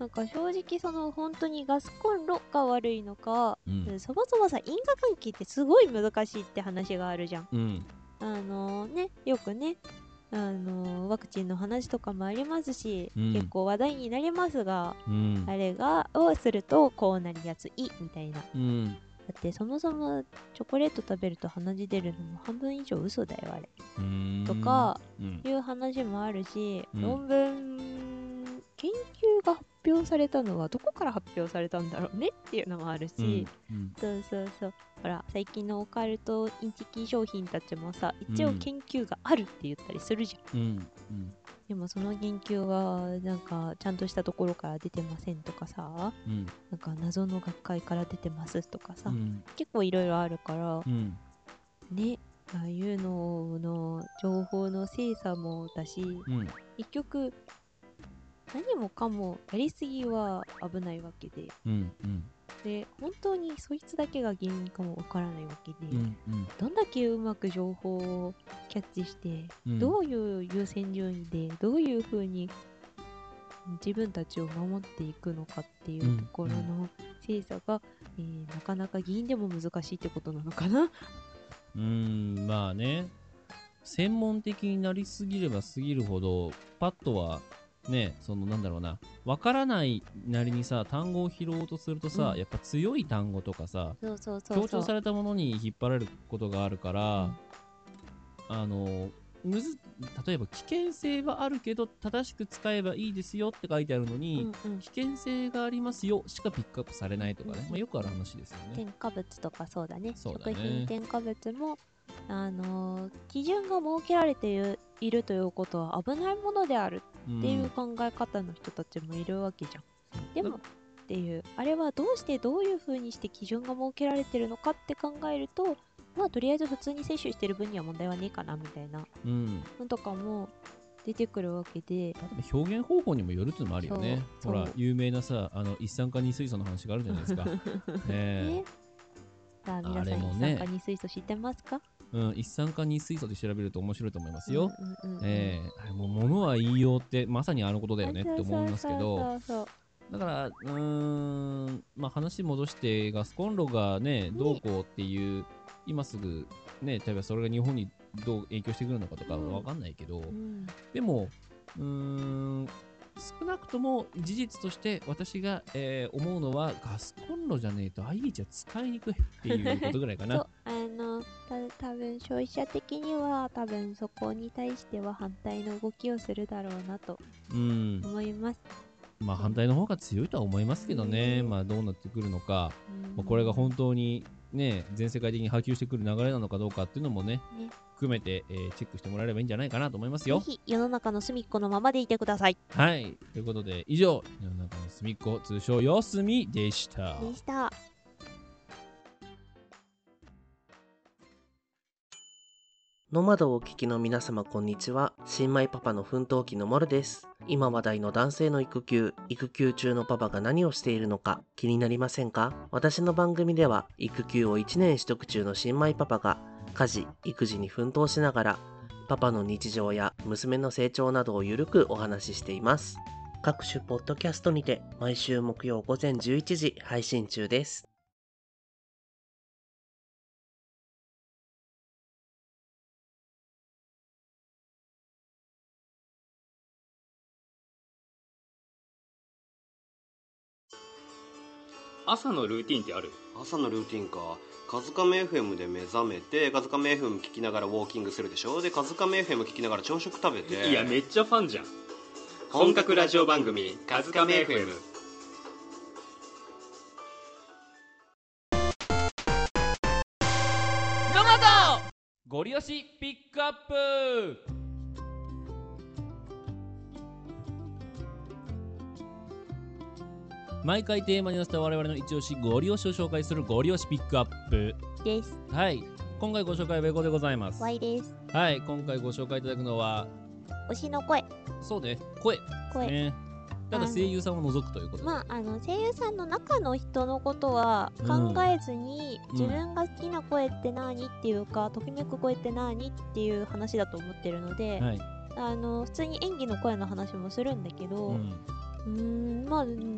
Speaker 2: なんか正直その本当にガスコンロが悪いのか、
Speaker 1: うん
Speaker 2: そもそもさ因果関係ってすごい難しいって話があるじゃん、
Speaker 1: うん
Speaker 2: あのねよくねあのワクチンの話とかもありますし、
Speaker 1: うん
Speaker 2: 結構話題になりますが、
Speaker 1: うん
Speaker 2: あれがをするとこうなりやすいみたいなだ
Speaker 1: うん
Speaker 2: ってそもそもチョコレート食べると鼻血出るのも半分以上嘘だよあれとか
Speaker 1: うん
Speaker 2: いう話もあるし、
Speaker 1: うん
Speaker 2: 論文研究が発表されたのはどこから発表されたんだろうねっていうのもあるし、
Speaker 1: うん
Speaker 2: そうそうそうほら最近のオカルトインチキ商品たちもさ一
Speaker 1: う
Speaker 2: 応
Speaker 1: ん
Speaker 2: 研究があるって言ったりするじゃん、
Speaker 1: うんうん
Speaker 2: でもその研究はなんかちゃんとしたところから出てませんとかさ
Speaker 1: うん
Speaker 2: なんか謎の学会から出てますとかさ、
Speaker 1: うん
Speaker 2: 結構いろいろあるから、
Speaker 1: うん
Speaker 2: ねああいうのの情報の精査もだし、
Speaker 1: うん
Speaker 2: 結局何もかもやりすぎは危ないわけで
Speaker 1: うんうん
Speaker 2: で本当にそいつだけが原因かもわからないわけで、
Speaker 1: うんうん
Speaker 2: どんだけうまく情報をキャッチして、
Speaker 1: うん
Speaker 2: どういう優先順位でどういうふうに自分たちを守っていくのかっていうところの精査が、えーなかなか議員でも難しいってことなのかな。
Speaker 1: うーんまあね専門的になりすぎればすぎるほどパッとはね、そのなんだろうな、わからないなりにさ、単語を拾おうとするとさ、
Speaker 2: うん
Speaker 1: やっぱ強い単語とかさ、
Speaker 2: そうそうそうそう
Speaker 1: 強調されたものに引っ張られることがあるから、あの、むず例えば危険性はあるけど正しく使えばいいですよって書いてあるのに、危険性がありますよしかピックアップされないとかね、まあ、よくある話ですよね。
Speaker 2: 添加物とかそうだね
Speaker 1: そうだね
Speaker 2: 食品添加物もあのー基準が設けられているいるということは危ないものであるっていう考え方の人たちもいるわけじゃん、でもっていうあれはどうしてどういうふうにして基準が設けられてるのかって考えるとまあとりあえず普通に摂取してる分には問題はねえかなみたいな
Speaker 1: うん。
Speaker 2: のとかも出てくるわけで
Speaker 1: 表現方法にもよるっていうのもあるよね。
Speaker 2: そう
Speaker 1: ほ
Speaker 2: そう
Speaker 1: ら、有名なさ、あの、一酸化二水素の話があるじゃないです か。ねえ
Speaker 2: ねさあ皆
Speaker 1: あ
Speaker 2: さ
Speaker 1: れ
Speaker 2: ん
Speaker 1: も
Speaker 2: 一
Speaker 1: ね
Speaker 2: 酸化二水素知ってますか
Speaker 1: うん、一酸化二水素で調べると面白いと思いますよ。
Speaker 2: うんうんうんうん
Speaker 1: ええあれもう物は言いようってまさにあのことだよねって
Speaker 2: そう
Speaker 1: 思いますけ
Speaker 2: そ
Speaker 1: ど
Speaker 2: うそう
Speaker 1: だからうーんまあ話戻してガスコンロがねどうこうっていう今すぐね例えばそれが日本にどう影響してくるのかとか
Speaker 17: うん
Speaker 1: はわかんないけど、
Speaker 17: ん
Speaker 1: でもうーん少なくとも事実として私が、えー思うのはガスコンロじゃねえと IH は使いにくいっていうことぐらい か
Speaker 2: そ
Speaker 1: な
Speaker 2: う。あのた多分消費者的には多分そこに対しては反対の動きをするだろうなと
Speaker 1: うん
Speaker 2: 思います、
Speaker 1: まあ反対の方が強いとは思いますけどね、まあどうなってくるのか、まあ、これが本当にね、全世界的に波及してくる流れなのかどうかっていうのもね、
Speaker 2: ね
Speaker 1: 含めて、えーチェックしてもらえればいいんじゃないかなと思いますよ
Speaker 2: ぜ。ひ世の中の隅っこのままでいてください
Speaker 1: はい、ということで以上、世の中の隅っこ、通称四隅でした。
Speaker 2: でした
Speaker 7: ノマドをお聞きの皆様こんにちは新米パパの奮闘記のモルです今話題の男性の育休育休中のパパが何をしているのか気になりませんか私の番組では育休を1年取得中の新米パパが家事育児に奮闘しながらパパの日常や娘の成長などをゆるくお話ししています各種ポッドキャストにて毎週木曜午前11時配信中です
Speaker 18: 朝のルーティンってある
Speaker 19: 朝のルーティンかカズカメ FM で目覚めてカズカメ FM 聞きながらウォーキングするでしょでカズカメ FM 聞きながら朝食食べて
Speaker 18: いやめっちゃファンじゃん
Speaker 19: 本格ラジオ番組「カズカメ FM」
Speaker 17: ノマド
Speaker 1: ゴリ押しピックアップ毎回テーマに合わせた我々の一押しゴリ押しを紹介するゴリ押しピックアップ
Speaker 2: です
Speaker 1: はい今回ご紹介はベコでございます
Speaker 2: わいです
Speaker 1: はい今回ご紹介いただくのは
Speaker 2: 推しの声
Speaker 1: そうね声
Speaker 2: 声
Speaker 1: ねただ声優さんを除くということで、
Speaker 2: まああの声優さんの中の人のことは考えずに、
Speaker 1: うん
Speaker 2: 自分が好きな声って何っていうか、ときめく声って何っていう話だと思ってるので、
Speaker 1: はい
Speaker 2: あの普通に演技の声の話もするんだけど、
Speaker 1: うん
Speaker 2: うーんまあうん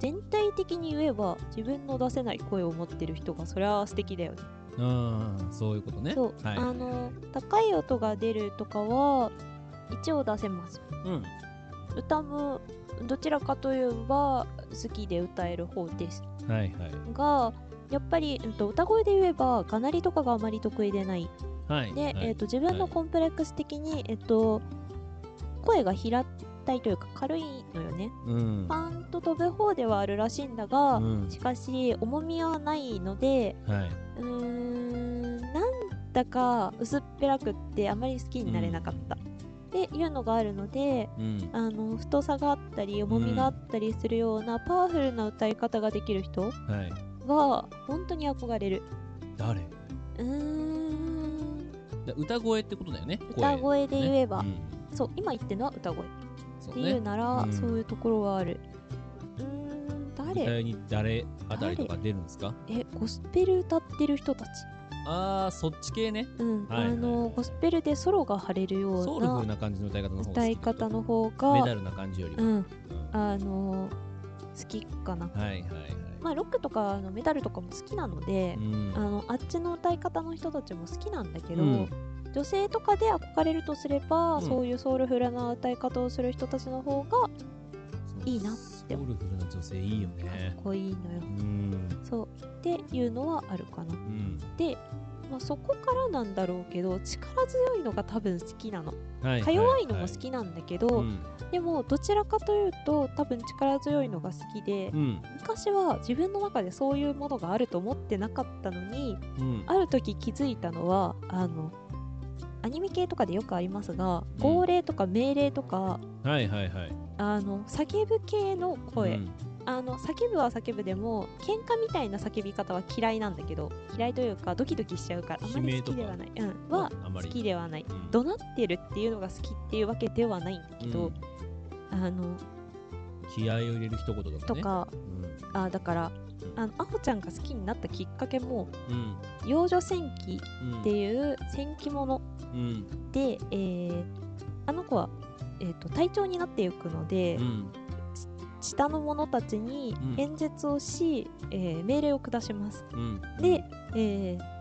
Speaker 2: 全体的に言えば自分の出せない声を持ってる人がそれは素敵だよね。
Speaker 1: うんそういうことね
Speaker 2: そう、
Speaker 1: はい
Speaker 2: あの高い音が出るとかは一応出せます。
Speaker 1: うん
Speaker 2: 歌もどちらかといえば好きで歌える方です
Speaker 1: はいはい
Speaker 2: がやっぱり、うん、と歌声で言えばがなりとかがあまり得意でない
Speaker 1: はい
Speaker 2: で、
Speaker 1: はい
Speaker 2: えー、と自分のコンプレックス的に、えっと声が平たいというか軽いのよね、
Speaker 1: うん
Speaker 2: パンと飛ぶ方ではあるらしいんだが、
Speaker 1: うん
Speaker 2: しかし重みはないので
Speaker 1: はいう
Speaker 2: ーんなんだか薄っぺらくってあまり好きになれなかった、っていうのがあるので、
Speaker 1: うん
Speaker 2: あの太さがあったり重みがあったりするようなパワフルな歌い方ができる人
Speaker 1: はい
Speaker 2: が本当に憧れる
Speaker 1: 誰
Speaker 2: うーん
Speaker 1: だ歌声ってことだよね
Speaker 2: 歌声で言えば、
Speaker 1: ね
Speaker 2: そう今言ってるのは歌声
Speaker 1: そう
Speaker 2: って
Speaker 1: ね
Speaker 2: いうなら、
Speaker 1: うん
Speaker 2: そういうところはあるうーん
Speaker 1: うん具
Speaker 2: 誰
Speaker 1: 体に誰あたりとか出るんですか
Speaker 2: えゴスペル歌ってる人たち
Speaker 1: あーそっち系ね
Speaker 2: うん、
Speaker 1: はいはい
Speaker 2: あのゴスペルでソロが張れるよ
Speaker 1: ソウ
Speaker 2: う
Speaker 1: ルフル
Speaker 2: な
Speaker 1: な感じの歌い方の方が
Speaker 2: 歌
Speaker 1: 好
Speaker 2: い
Speaker 1: き
Speaker 2: 方の方が
Speaker 1: メダルな感じよりは
Speaker 2: うん、あの好きかな、
Speaker 1: はいはい
Speaker 2: まあ、ロックとかあのメタルとかも好きなので、
Speaker 1: うん
Speaker 2: あのあっちの歌い方の人たちも好きなんだけど、
Speaker 1: うん
Speaker 2: 女性とかで憧れるとすれ
Speaker 1: う
Speaker 2: ば、
Speaker 1: ん
Speaker 2: そういうソウルフルな歌い方をする人たちの方がいいなって
Speaker 1: ソウルフルな女性いいよね
Speaker 2: かっこいいのよ
Speaker 1: うん
Speaker 2: そうっていうのはあるかな、
Speaker 1: ん
Speaker 2: で、まあ、そこからなんだろうけど力強いのが多分好きなの、
Speaker 1: はい
Speaker 2: か弱いのも好きなんだけど、
Speaker 1: うん
Speaker 2: でもどちらかというと多分力強いのが好きで、
Speaker 1: うん
Speaker 2: 昔は自分の中でそういうものがあると思ってなかったのに、
Speaker 1: うん
Speaker 2: ある時気づいたのはあのアニメ系とかでよくありますが
Speaker 1: うん
Speaker 2: 号令とか命令と
Speaker 1: は
Speaker 2: か、
Speaker 1: いはいはい
Speaker 2: あの叫ぶ系の声、
Speaker 1: うん
Speaker 2: あの叫ぶは叫ぶでも喧嘩みたいな叫び方は嫌いなんだけど嫌いというかドキドキしちゃうからあまり好きではない、うん、は
Speaker 1: あまり
Speaker 2: 好きではない、怒鳴ってるっていうのが好きっていうわけではないんだけど、あの
Speaker 1: 気合を入れる一言だもんね
Speaker 2: とか、
Speaker 1: うん
Speaker 2: あだからあのアホちゃんが好きになったきっかけも
Speaker 1: うん
Speaker 2: 幼女戦記っていう戦記もの
Speaker 1: うん
Speaker 2: で、えーあの子は、えー、と隊長になっていくので、
Speaker 1: うん
Speaker 2: 下の者たちに
Speaker 1: うん
Speaker 2: 演説をし、えー命令を下します。
Speaker 1: うん
Speaker 2: で、えー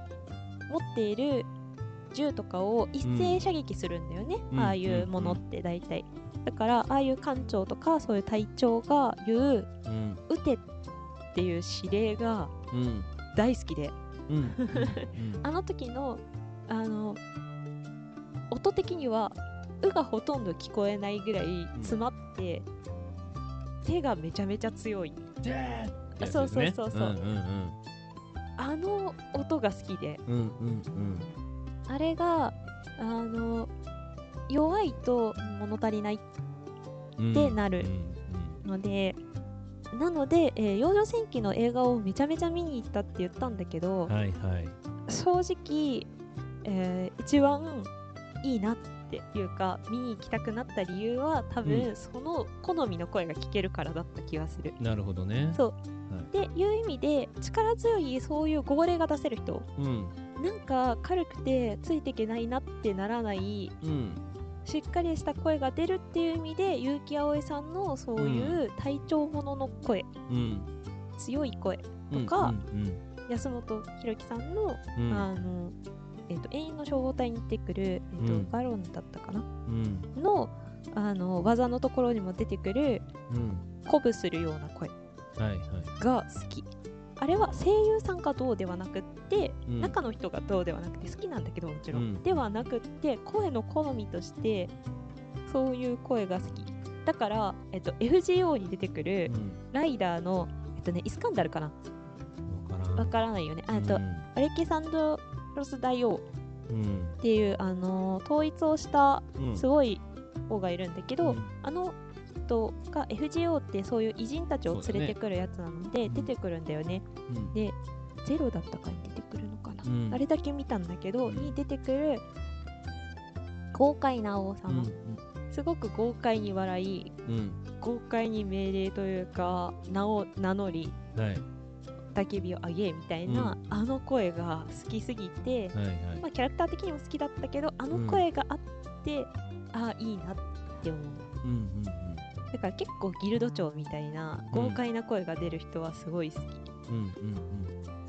Speaker 2: 持っている銃とかを一斉射撃するんだよね、
Speaker 14: うん
Speaker 2: ああいうものって大体。だからああいう艦長とかそういう隊長が言う
Speaker 1: うん
Speaker 2: 「撃て」っていう指令が
Speaker 1: うん
Speaker 2: 大好きで、
Speaker 1: うん
Speaker 2: あの時のあの音的には「う」がほとんど聞こえないぐらい詰まって、手がめちゃめちゃ強い。あそうそうそうそう、
Speaker 1: うんうん
Speaker 2: あの音が好きで
Speaker 1: うんうんうん
Speaker 2: あれがあの弱いと物足りない
Speaker 1: うん
Speaker 2: ってなるので、なので、えー幼女戦記の映画をめちゃめちゃ見に行ったって言ったんだけど、
Speaker 1: はいはい
Speaker 2: 正直、えー一番いいなっていうか見に行きたくなった理由は多分、
Speaker 1: うん
Speaker 2: その好みの声が聞けるからだった気がする。
Speaker 1: なるほどね
Speaker 2: そう
Speaker 1: はい
Speaker 2: っていう意味で力強いそういう号令が出せる人
Speaker 1: うん
Speaker 2: なんか軽くてついていけないなってならない
Speaker 1: うん
Speaker 2: しっかりした声が出るっていう意味で結城葵さんのそういう体調ものの声、
Speaker 1: うん
Speaker 2: 強い声とか、
Speaker 1: うんうん
Speaker 2: 安本博樹さんの,、
Speaker 1: うん
Speaker 2: あのえっと永遠の消防隊に出てくる、えっと
Speaker 1: うん
Speaker 2: ガロンだったかな
Speaker 1: うん
Speaker 2: のあの技のところにも出てくる
Speaker 1: うん
Speaker 2: 鼓舞するような声
Speaker 1: はいはい
Speaker 2: が好き。あれは声優さんがどうではなくって、
Speaker 1: うん
Speaker 2: 中の人がどうではなくて好きなんだけどもちろん、
Speaker 1: うん
Speaker 2: ではなくって声の好みとしてそういう声が好きだから、えっと、FGO に出てくるライダーの、えっとね、イスカンダルかなわからないよねあえっと、アレキサンドロス大王
Speaker 1: うん
Speaker 2: っていう、あのー統一をした
Speaker 1: うん
Speaker 2: すごい王がいるんだけど、
Speaker 1: うん
Speaker 2: あの人が FGO ってそういう偉人たちを連れてくるやつなので、出てくるんだよね、
Speaker 1: うん
Speaker 2: でゼロだったかに出てくるのかな、
Speaker 1: うん
Speaker 2: あれだけ見たんだけど、に出てくる豪快な王様、すごく豪快に笑い
Speaker 1: うん
Speaker 2: 豪快に命令というか名を名乗り
Speaker 1: はい
Speaker 2: 叫びを上げみたいな、あの声が好きすぎて、
Speaker 1: はいはい
Speaker 2: まあ、キャラクター的にも好きだったけどあの声があって、ああいいなって思う
Speaker 1: うんうん
Speaker 2: だから結構ギルド長みたいな
Speaker 1: うん
Speaker 2: 豪快な声が出る人はすごい好き、
Speaker 1: うんうん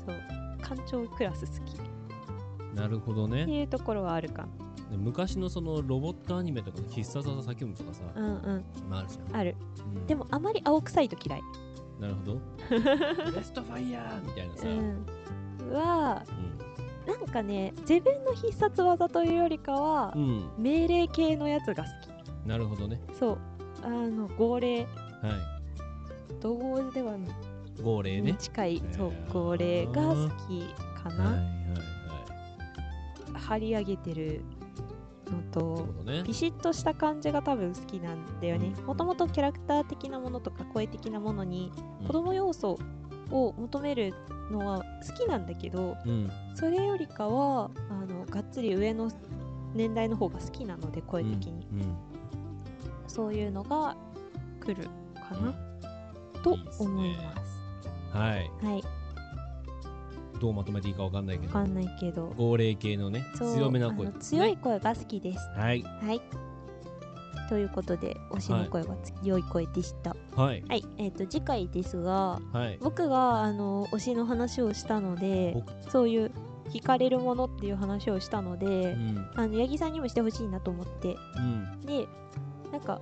Speaker 2: そう艦長クラス好きっ
Speaker 1: うんなるほど
Speaker 2: て
Speaker 1: ね
Speaker 2: いうところはあるか
Speaker 1: で昔のそのロボットアニメとかの必殺技叫ぶとかさ、
Speaker 2: なうんうん
Speaker 1: まああるじゃん
Speaker 2: ある、
Speaker 1: うん
Speaker 2: でもあまり青臭いと嫌い
Speaker 1: なるほ どベストファイヤーみたいなさ、
Speaker 2: うん、は、なんかね自分の必殺技というよりかは、
Speaker 1: うん
Speaker 2: 命令系のやつが好
Speaker 1: なるほどね
Speaker 2: きそうあの号令
Speaker 1: は
Speaker 2: 道号ではない
Speaker 1: い号令ね
Speaker 2: に近い、そう号令が好きかな、張り上げてるのと
Speaker 1: とね
Speaker 2: ビシッとした感じが多分好きなんだよねもともとキャラクター的なものとか声的なものに
Speaker 1: うん
Speaker 2: 子供要素を求めるのは好きなんだけど、
Speaker 1: うん
Speaker 2: それよりかはあのがっつり上の年代の方が好きなので声的に、
Speaker 1: うん
Speaker 2: そういうのが来るかな、と思います
Speaker 1: はい
Speaker 2: はい
Speaker 1: どうまとめていいかわかんないけ
Speaker 2: わ
Speaker 1: ど
Speaker 2: かんないけど
Speaker 1: 号令系のね
Speaker 2: そう
Speaker 1: 強めな声
Speaker 2: あの強い声が好きです、
Speaker 1: はい
Speaker 2: はいということで推しの声は強い声でした
Speaker 1: はい
Speaker 2: えー、と次回ですが、
Speaker 1: はい
Speaker 2: 僕があの推しの話をしたのでそういう惹かれるものっていう話をしたので、
Speaker 1: うん
Speaker 2: あの八木さんにもしてほしいなと思って
Speaker 1: うん
Speaker 2: でなんか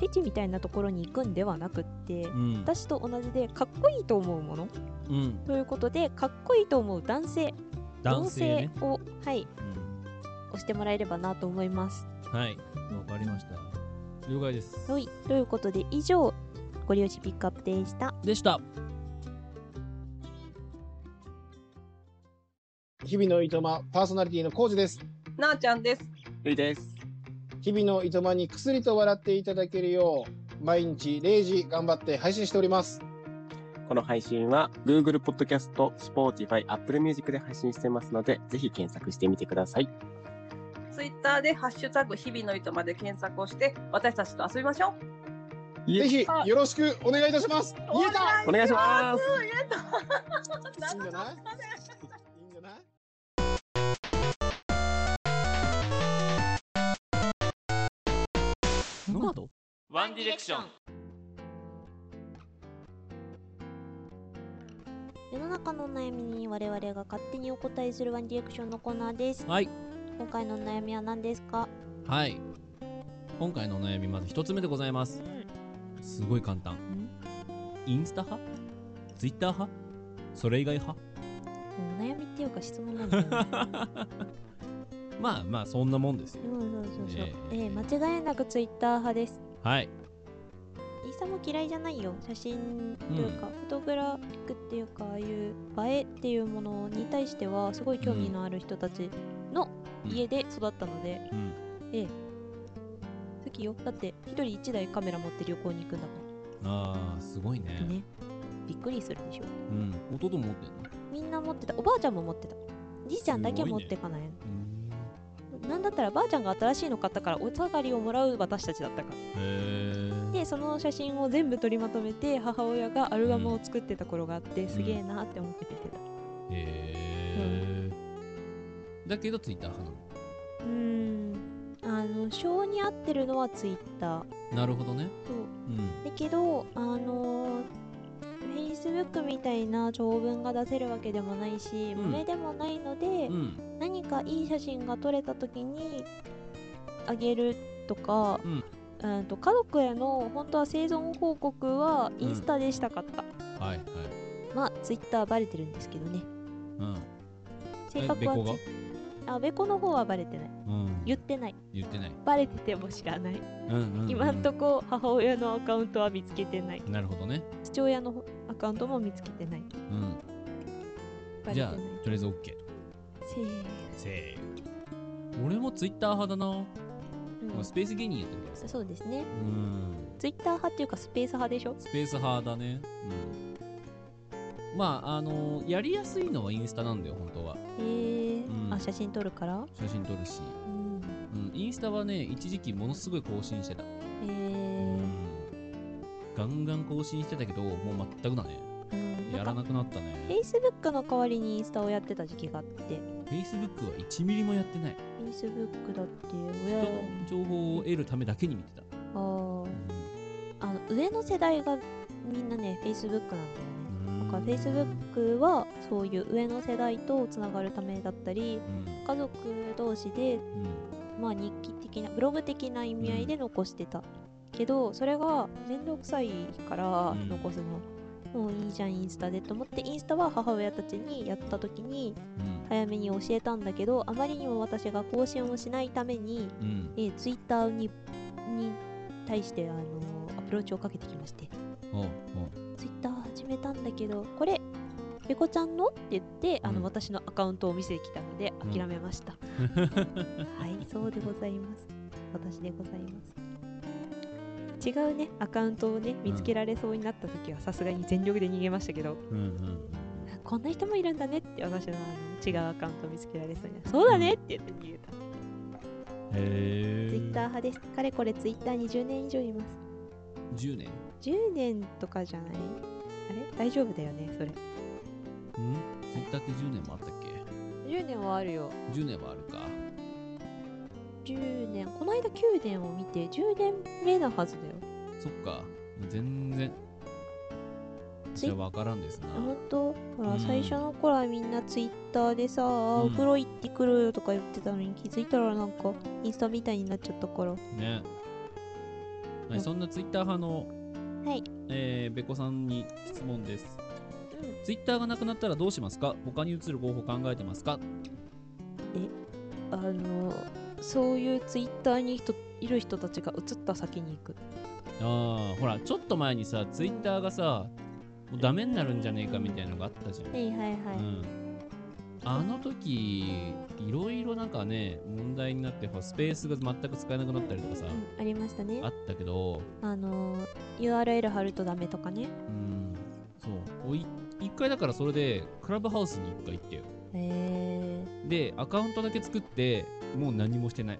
Speaker 2: フェチみたいなところに行くんではなくって、
Speaker 1: うん
Speaker 2: 私と同じでかっこいいと思うもの
Speaker 1: うん
Speaker 2: ということでかっこいいと思う男性
Speaker 1: 男性ね
Speaker 2: 同性を、はい押してもらえればなと思います。
Speaker 1: はいわかりました了解です
Speaker 2: はい、ということで以上ご利用しピックアップでした。
Speaker 1: でした
Speaker 17: 日々のいとまパーソナリティのコウジです
Speaker 20: なあちゃんです。
Speaker 21: ゆいです
Speaker 17: 日々のいとまにくすりと笑っていただけるよう毎日0時頑張って配信しております
Speaker 21: この配信は Google Podcast、Spotify、Apple Music で配信してますので、ぜひ検索してみてください。
Speaker 20: ツイッターでハッシュタグ日々の糸まで検索をして、私たちと遊びましょう。
Speaker 17: ぜひよろしくお願いいたします言えた
Speaker 21: お願いします
Speaker 20: 言えた。
Speaker 17: いいんじゃない
Speaker 20: いいんじゃない。
Speaker 11: ノマド
Speaker 13: ワンディレクション
Speaker 2: 世の中のお悩みに我々が勝手にお答えするワンディレクションのコーナーです。
Speaker 1: はい。
Speaker 2: 今回のお悩みは何ですか
Speaker 1: はい今回のお悩みまず一つ目でございますすごい簡単インスタ派ツイッター派それ以外派
Speaker 2: お悩みっていうか質問なんだよね。
Speaker 1: まあまあそんなもんですよ
Speaker 2: そうそうそうそう。
Speaker 1: え
Speaker 2: えー間違いなくツイッター派です。
Speaker 1: はい
Speaker 2: インスタも嫌いじゃないよ。写真というか、フォトグラフィックっていうか、ああいう映えっていうものに対しては、すごい興味のある人たちの家で育ったので、
Speaker 1: うん
Speaker 2: ええ。好きよ。だって、一人一台カメラ持って旅行に行くんだから。
Speaker 1: あーすごいね
Speaker 2: ねびっくりするでしょ。
Speaker 1: うん弟持ってんの
Speaker 2: みんな持ってたおばあちゃんも持ってたじいちゃんだけ持ってかないなんだったらばあちゃんが新しいの買ったからお下がりをもらう私たちだったか
Speaker 1: へ
Speaker 2: らでその写真を全部取りまとめて母親がアルバムを作ってた頃があって、
Speaker 1: ん
Speaker 2: すげえなって思っててた
Speaker 1: えへえだけどツイッター派な
Speaker 2: うーんあの性に合ってるのはツイッター
Speaker 1: のなるほどね
Speaker 2: そう
Speaker 1: うん
Speaker 2: だけどあのフェイスブックみたいな長文が出せるわけでもないし、
Speaker 1: うん
Speaker 2: 目でもないので、
Speaker 1: うん
Speaker 2: 何かいい写真が撮れた時にあげるとか、
Speaker 1: うん
Speaker 2: うんと家族への本当は生存報告はインスタでしたかった、
Speaker 1: はいはい
Speaker 2: まあツイッターバレてるんですけどね
Speaker 1: うん
Speaker 2: 性格
Speaker 1: えべ
Speaker 2: は
Speaker 1: こが
Speaker 2: ツイあべこの方はバレてない
Speaker 1: うん
Speaker 2: 言ってない
Speaker 1: 言ってない
Speaker 2: バレてても知らない、
Speaker 1: うんうん、うん、
Speaker 2: 今んとこ母親のアカウントは見つけてない
Speaker 1: なるほどね
Speaker 2: 父親のアカウントも見つけてない
Speaker 1: うん
Speaker 2: バレて
Speaker 1: じ
Speaker 2: な
Speaker 1: ゃあ
Speaker 2: い
Speaker 1: とりあえず OK
Speaker 2: せー
Speaker 1: せー俺もツイッター派だな、
Speaker 2: うん
Speaker 1: スペース芸人やってるからさ
Speaker 2: そうですね
Speaker 1: うん
Speaker 2: ツイッター派っていうかスペース派でしょ
Speaker 1: スペース派だねうんまああのやりやすいのはインスタなんだよ本当は
Speaker 2: えー
Speaker 1: うん
Speaker 2: あ写真撮るから
Speaker 1: 写真撮るし、
Speaker 2: うん
Speaker 1: うん、インスタはね一時期ものすごい更新してた
Speaker 2: えー
Speaker 1: ガンガン更新してたけどもう全くだね
Speaker 2: うん
Speaker 1: やらなくなったね
Speaker 2: Facebook の代わりにインスタをやってた時期があって
Speaker 1: Facebook は1ミリもやってない
Speaker 2: Facebook だって
Speaker 1: 人
Speaker 2: 親
Speaker 1: の情報を得るためだけに見てた
Speaker 2: あーあの上の世代がみんなね Facebook なんだよねだから Facebook はそういう上の世代とつながるためだったり、家族同士で、まあ日記的なブログ的な意味合いで残してた、けどそれが面倒くさいから
Speaker 22: うん
Speaker 2: 残すの、もういいじゃんインスタでと思ってインスタは母親たちにやった時に早めに教えたんだけどあまりにも私が更新をしないために、
Speaker 1: うん
Speaker 2: えツイッター Twitter にに対してあのアプローチをかけてきまして
Speaker 1: おうおう
Speaker 2: ツイッター始めたんだけどこれペコちゃんのって言ってあの、私のアカウントを見せてきたので
Speaker 1: うん
Speaker 2: 諦め ました、はいそうでございます私でございます違うねアカウントをね見つけられそうになった時はさすがに全力で逃げましたけど、
Speaker 1: うんうん
Speaker 2: あこんな人もいるんだねって私のあの違うアカウントを見つけられそうになったそうだねって言って逃げた、
Speaker 1: へえ
Speaker 2: ツイッター派ですかれこれツイッターに10年以上います
Speaker 1: 10年
Speaker 2: 10年とかじゃないあれ大丈夫だよねそれ
Speaker 1: うんツイッターって10年もあったっけ
Speaker 2: 10年はあるよ
Speaker 1: 10年はあるか
Speaker 2: 10年この間9年を見て10年目なはずだよ
Speaker 1: そっか全然じゃあ分からんですな
Speaker 2: ほんとほら、
Speaker 1: うん
Speaker 2: 最初の頃はみんなツイッターでさ、
Speaker 1: うん
Speaker 2: お風呂行ってくるよとか言ってたのに気づいたらなんかインスタみたいになっちゃったから
Speaker 1: ねはいそんなツイッター派の
Speaker 2: はい
Speaker 1: えー、べこさんに質問です、ツイッターがなくなったらどうしますか他に移る方法考えてますか
Speaker 2: あのそういうツイッターに人いる人たちが移った先に行く
Speaker 1: ああほらちょっと前にさツイッターがさもうダメになるんじゃねえかみたいのがあったじゃん、
Speaker 2: はいはいは
Speaker 1: う
Speaker 2: い、
Speaker 1: ん、あの時いろいろなんかね問題になってほらスペースが全く使えなくなったりとかさ、
Speaker 2: ありましたね
Speaker 1: あったけど
Speaker 2: あの URL 貼るとダメとかね
Speaker 1: うんそうおい一回だからそれでクラブハウスに一回行ってよ
Speaker 2: へえ
Speaker 1: でアカウントだけ作ってもう何もしてない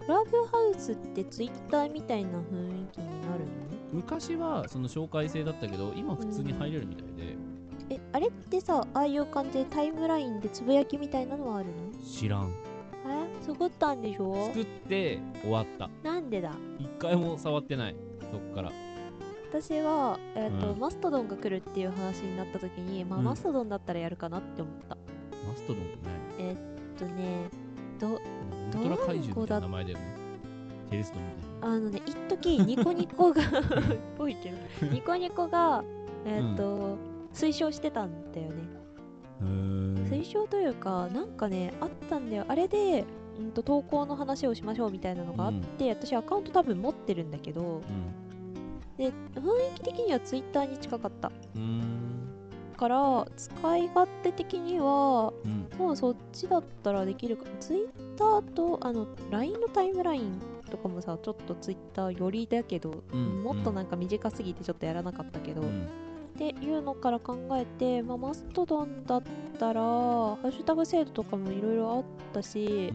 Speaker 2: クラブハウスってツイッターみたいな雰囲気になるの
Speaker 1: 昔はその紹介制だったけど今普通に入れるみたいで、
Speaker 2: えあれってさああいう感じでタイムラインでつぶやきみたいなのはあるの
Speaker 1: 知らん
Speaker 2: え作ったんでしょ
Speaker 1: 作って終わった
Speaker 2: なんでだ
Speaker 1: 一回も触ってないそっから
Speaker 2: 私は、えーと
Speaker 1: うん
Speaker 2: マストドンが来るっていう話になった時に、まあ
Speaker 1: うん
Speaker 2: マストドンだったらやるかなって思った
Speaker 1: マストドンってね
Speaker 2: えーっとねど
Speaker 1: ウ
Speaker 2: ど
Speaker 1: ルトラ怪獣
Speaker 2: こ
Speaker 1: みた
Speaker 2: だ
Speaker 1: いな名前だよねテレストみたい
Speaker 2: あのね一時ニコニコがぽいけ どニコニコがえーっと、推奨してたんだよね推奨というかなんかねあったんだよあれで、うん、と投稿の話をしましょうみたいなのがあって、私アカウント多分持ってるんだけど、で雰囲気的にはツイッターに近かったから使い勝手的には、もうそっちだったらできるかツイッターとあの LINE のタイムラインとかもさちょっとツイッター寄りだけど、
Speaker 23: うん
Speaker 2: もっとなんか短すぎてちょっとやらなかったけど、っていうのから考えて、まあ、マストドンだったらハッシュタグ制度とかもいろいろあったし、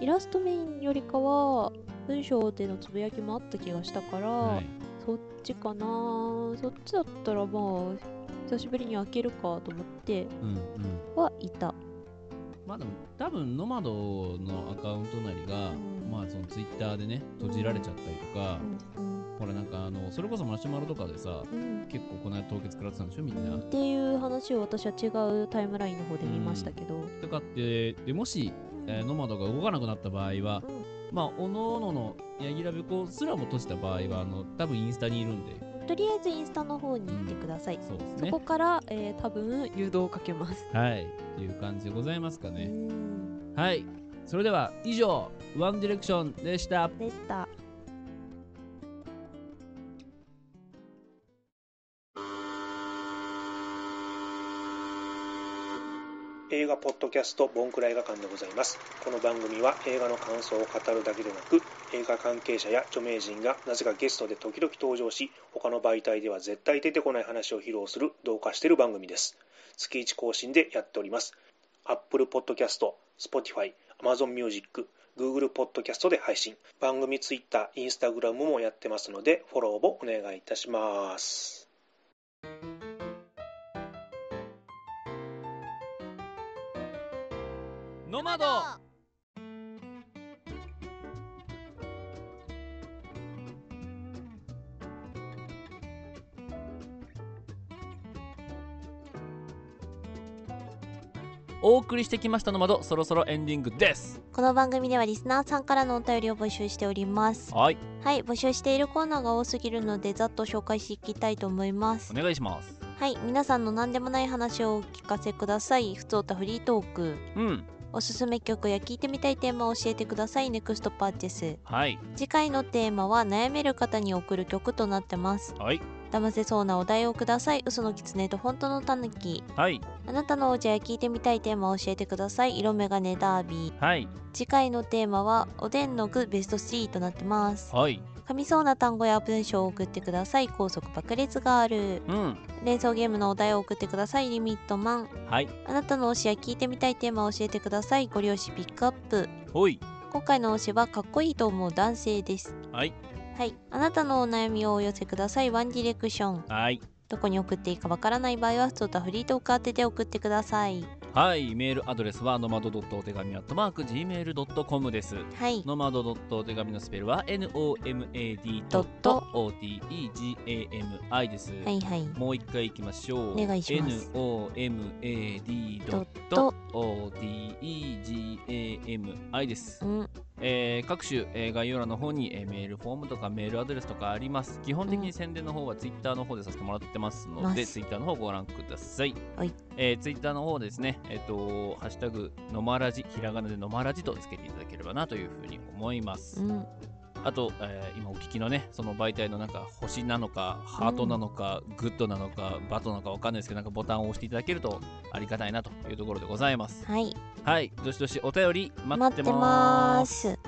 Speaker 2: イラストメインよりかは文章でのつぶやきもあった気がしたから、そっちかなそっちだったらまあ久しぶりに開けるかと思って
Speaker 1: なうんうん
Speaker 2: はいた
Speaker 1: まあでも多分ノマドのアカウントなりが、まあそのツイッターでね閉じられちゃったりとか、ほらなんかあのそれこそマシュマロとかでさ、
Speaker 2: ん
Speaker 1: 結構この間凍結食らってたんでしょみんな、
Speaker 2: っていう話を私は違うタイムラインの方で見ましたけど、
Speaker 1: とかってでもし、えーノマドが動かなくなった場合は、まあおのおのの柳楽部子すらも閉じた場合はあの多分インスタにいるんで
Speaker 2: とりあえずインスタの方に行ってください、
Speaker 1: そうです
Speaker 2: そ
Speaker 1: ね
Speaker 2: こから、えー多分誘導をかけます
Speaker 1: はいっていう感じでございますかねはいそれでは以上ワンディレクションでした
Speaker 2: でした
Speaker 7: 映画ポッドキャストボンクラ映画館でございますこの番組は映画の感想を語るだけでなく映画関係者や著名人がなぜかゲストで時々登場し他の媒体では絶対出てこない話を披露する同化している番組です月1更新でやっております Apple Podcast、Spotify、Amazon Music、Google Podcast で配信番組 Twitter、Instagram もやってますのでフォローもお願いいたします
Speaker 1: ノマドお送りしてきましたノマドそろそろエンディングです
Speaker 23: この番組ではリスナーさんからのお便りを募集しております
Speaker 1: はい
Speaker 23: はい募集しているコーナーが多すぎるのでざっと紹介していきたいと思います
Speaker 1: お願いします
Speaker 23: はい皆さんの何でもない話をお聞かせくださいふつおたフリートーク
Speaker 1: うん
Speaker 23: おすすめ曲や聞いてみたいテーマを教えてくださいネクストパーティス
Speaker 1: はい
Speaker 23: 次回のテーマは悩める方に送る曲となってます
Speaker 1: はい
Speaker 23: 騙せそうなお題をください嘘の狐と本当のタヌキ
Speaker 1: はい
Speaker 23: あなたのお茶や聞いてみたいテーマを教えてください色眼鏡ダービー
Speaker 1: はい
Speaker 23: 次回のテーマはおでんの具ベスト3となってます
Speaker 1: はい
Speaker 23: 噛みそうな単語や文章を送ってください高速爆裂ガール
Speaker 1: うん
Speaker 23: 連想ゲームのお題を送ってくださいリミットマン
Speaker 1: はい
Speaker 23: あなたの推しや聞いてみたいテーマを教えてくださいご両親ピックアップ
Speaker 1: ほい
Speaker 23: 今回の推しはかっこいいと思う男性です
Speaker 1: はい
Speaker 23: はいあなたのお悩みをお寄せくださいワンディレクション
Speaker 1: はい
Speaker 23: どこに送っていいかわからない場合は普通とフリートーク宛てで送ってください
Speaker 1: はい、メールアドレスはノマドドットお手紙アットマーク gmail.com です。
Speaker 2: はい
Speaker 1: ノマドドットお手紙のスペルは nomad ドット otegami です。
Speaker 2: はいはい
Speaker 1: もう一回いきましょう。
Speaker 2: お願いします
Speaker 1: nomad ドット otegami です。
Speaker 2: うん
Speaker 1: えー各種、えー概要欄の方に、えーメールフォームとかメールアドレスとかあります。基本的に宣伝の方はツイッターの方でさせてもらってますの
Speaker 2: ま
Speaker 1: で、
Speaker 2: す
Speaker 1: ツイッターの方ご覧ください。
Speaker 2: はい
Speaker 1: えツイッター Twitter の方ですね、えっ、と、ハッシュタグ、のまらじ、ひらがなでのまらじとつけていただければなというふうに思います。
Speaker 2: うん
Speaker 1: あと、えー今お聞きのね、その媒体のなんか星なのか、ハートなのか、グッドなのか、バトなのかわかんないですけど、なんかボタンを押していただけるとありがたいなというところでございます。
Speaker 2: はい
Speaker 1: はい、どしどしお便り待っ
Speaker 2: 待
Speaker 1: て
Speaker 2: って
Speaker 1: ま。
Speaker 2: ますす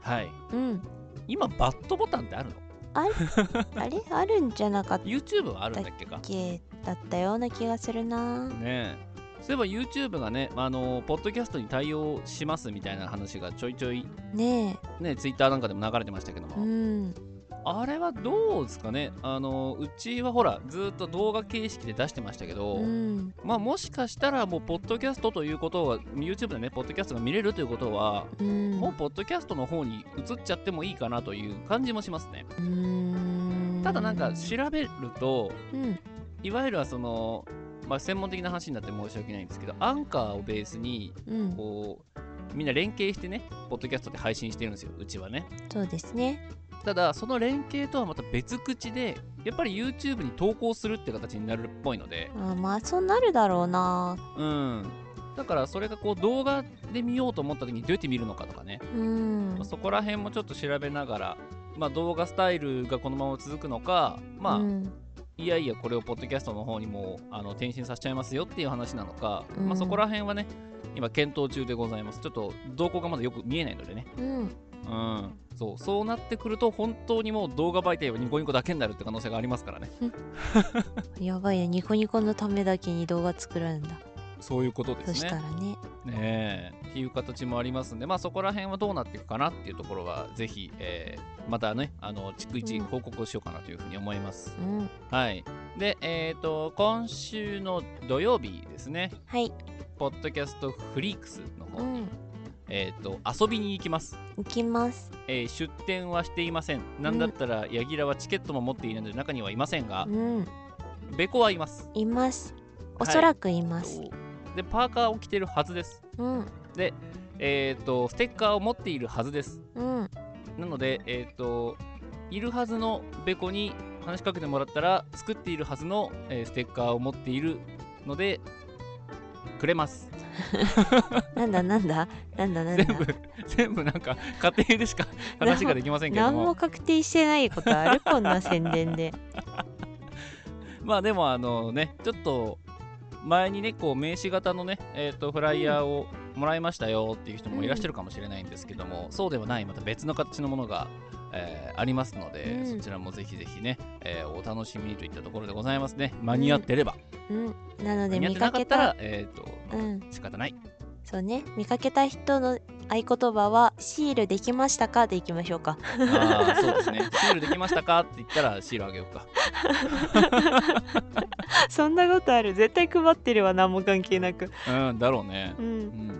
Speaker 1: はい。
Speaker 2: うん
Speaker 1: 今、バットボタンってあるの
Speaker 2: あれあれあるんじゃなかった
Speaker 1: ?YouTube はあるんだっけか
Speaker 2: けだったような気がするな
Speaker 1: ねえそういえば YouTube がね、あのポッドキャストに対応しますみたいな話がちょいちょい、
Speaker 2: ね
Speaker 1: ね、Twitter なんかでも流れてましたけども
Speaker 2: え、うん
Speaker 1: あれはどうですかねあのうちはほらずっと動画形式で出してましたけど、
Speaker 2: うん
Speaker 1: まあもしかしたらもうポッドキャストということは YouTube でねポッドキャストが見れるということは、
Speaker 2: うん
Speaker 1: もうポッドキャストの方に移っちゃってもいいかなという感じもしますね
Speaker 2: うーん
Speaker 1: ただなんか調べると
Speaker 2: うん
Speaker 1: いわゆるはその、まあ、専門的な話になって申し訳ないんですけどアンカーをベースに
Speaker 2: うん
Speaker 1: こう、みんな連携してねポッドキャストで配信してるんですようちはね
Speaker 2: そうですね
Speaker 1: ただその連携とはまた別口でやっぱり YouTube に投稿するって形になるっぽいので
Speaker 2: あまあそうなるだろうな
Speaker 1: うんだからそれがこう動画で見ようと思った時にどうやって見るのかとかね
Speaker 2: うん
Speaker 1: まあそこら辺もちょっと調べながら、まあ、動画スタイルがこのまま続くのかまあ、
Speaker 2: うん
Speaker 1: いやいやこれをポッドキャストの方にもうあの転身させちゃいますよっていう話なのか、
Speaker 2: うん
Speaker 1: まあ、そこら辺はね今検討中でございますちょっと動向がまだよく見えないのでね
Speaker 2: うん
Speaker 1: うんそうそうなってくると本当にもう動画媒体はニコニコだけになるって可能性がありますからね
Speaker 2: やばいねニコニコのためだけに動画作るんだ
Speaker 1: そういうことです
Speaker 2: そ
Speaker 1: ね
Speaker 2: したらね
Speaker 1: ねえっていう形もありますんでまあそこら辺はどうなっていくかなっていうところはぜひ、えーまたねあの逐一報告をしようかなというふうに思います、
Speaker 2: うん
Speaker 1: はい。で、えっ、と、今週の土曜日ですね。
Speaker 2: はい。
Speaker 1: ポッドキャストフリークスの方
Speaker 2: う
Speaker 1: に、
Speaker 2: ん
Speaker 1: えっ、と、遊びに行きます。
Speaker 2: 行きます
Speaker 1: えー出店はしていません。なんだったら、ヤギラはチケットも持っていないので、中にはいませんが
Speaker 2: う、ん
Speaker 1: ベコはいます。
Speaker 2: いますお
Speaker 1: はい
Speaker 2: そらくいます、
Speaker 1: で、パーカーを着てるはずです。
Speaker 2: うん
Speaker 1: で、えっ、と、ステッカーを持っているはずです。
Speaker 2: うん
Speaker 1: なので、えっ、と、いるはずのベコに話しかけてもらったら、作っているはずの、えーステッカーを持っているので、くれます。
Speaker 2: なんだなんだなんだなんだ
Speaker 1: 全部なんか、家庭でしか話ができませんけど
Speaker 2: 何も
Speaker 1: も。
Speaker 2: 確定してないこと あるこんな宣伝で
Speaker 1: まあでも、あのね、ちょっと、前にね、こう、名刺型のね、えっ、と、フライヤーをもらいましたよっていう人もいらっしゃるかもしれないんですけども、そうではない、また別の形のものが、えーありますので、
Speaker 2: うん
Speaker 1: そちらもぜひぜひね、えーお楽しみにといったところでございますね。間に合ってれば。
Speaker 2: うんなので
Speaker 1: 間に合っ
Speaker 2: 見
Speaker 1: てな
Speaker 2: か
Speaker 1: かっ
Speaker 2: け
Speaker 1: た
Speaker 2: た
Speaker 1: ら、えっ、と、
Speaker 2: うん
Speaker 1: 仕方 ない。
Speaker 2: そうね見かけた人の合言葉は「シールできましたか?」でいきましょうか
Speaker 1: ああ、そうですね。シールできましたかって言ったらシールあげようか。
Speaker 2: そんなことある絶対配ってるわ何も関係なく
Speaker 1: うん、だろうね。
Speaker 2: うん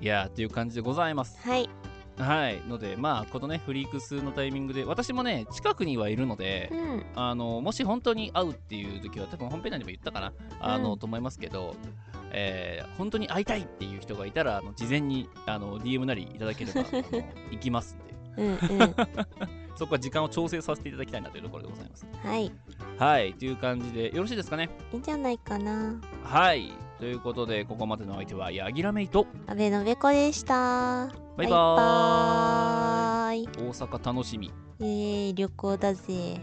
Speaker 1: いやーっていう感じでございます。
Speaker 2: はい
Speaker 1: はい。ので、まあ、このね、フリークスのタイミングで、私もね、近くにはいるので、
Speaker 2: うん
Speaker 1: あの、もし本当に会うっていう時は、多分本編内でも言ったかな、あの、
Speaker 2: うん
Speaker 1: と思いますけど、えー本当に会いたいっていう人がいたら、あの事前にあの DM なりいただければあの行きますんで、
Speaker 2: うんうん
Speaker 1: そこは時間を調整させていただきたいなというところでございます。
Speaker 2: はいい
Speaker 1: はい、という感じで、よろしいですかね。
Speaker 2: いんじゃないかな
Speaker 1: はい。ということで、ここまでのお相手は、ヤギラメイと、
Speaker 2: 阿部のべこでした
Speaker 1: バイバ
Speaker 2: バイバーイ
Speaker 1: ーイ。大阪楽しみ。
Speaker 2: えー、旅行だぜ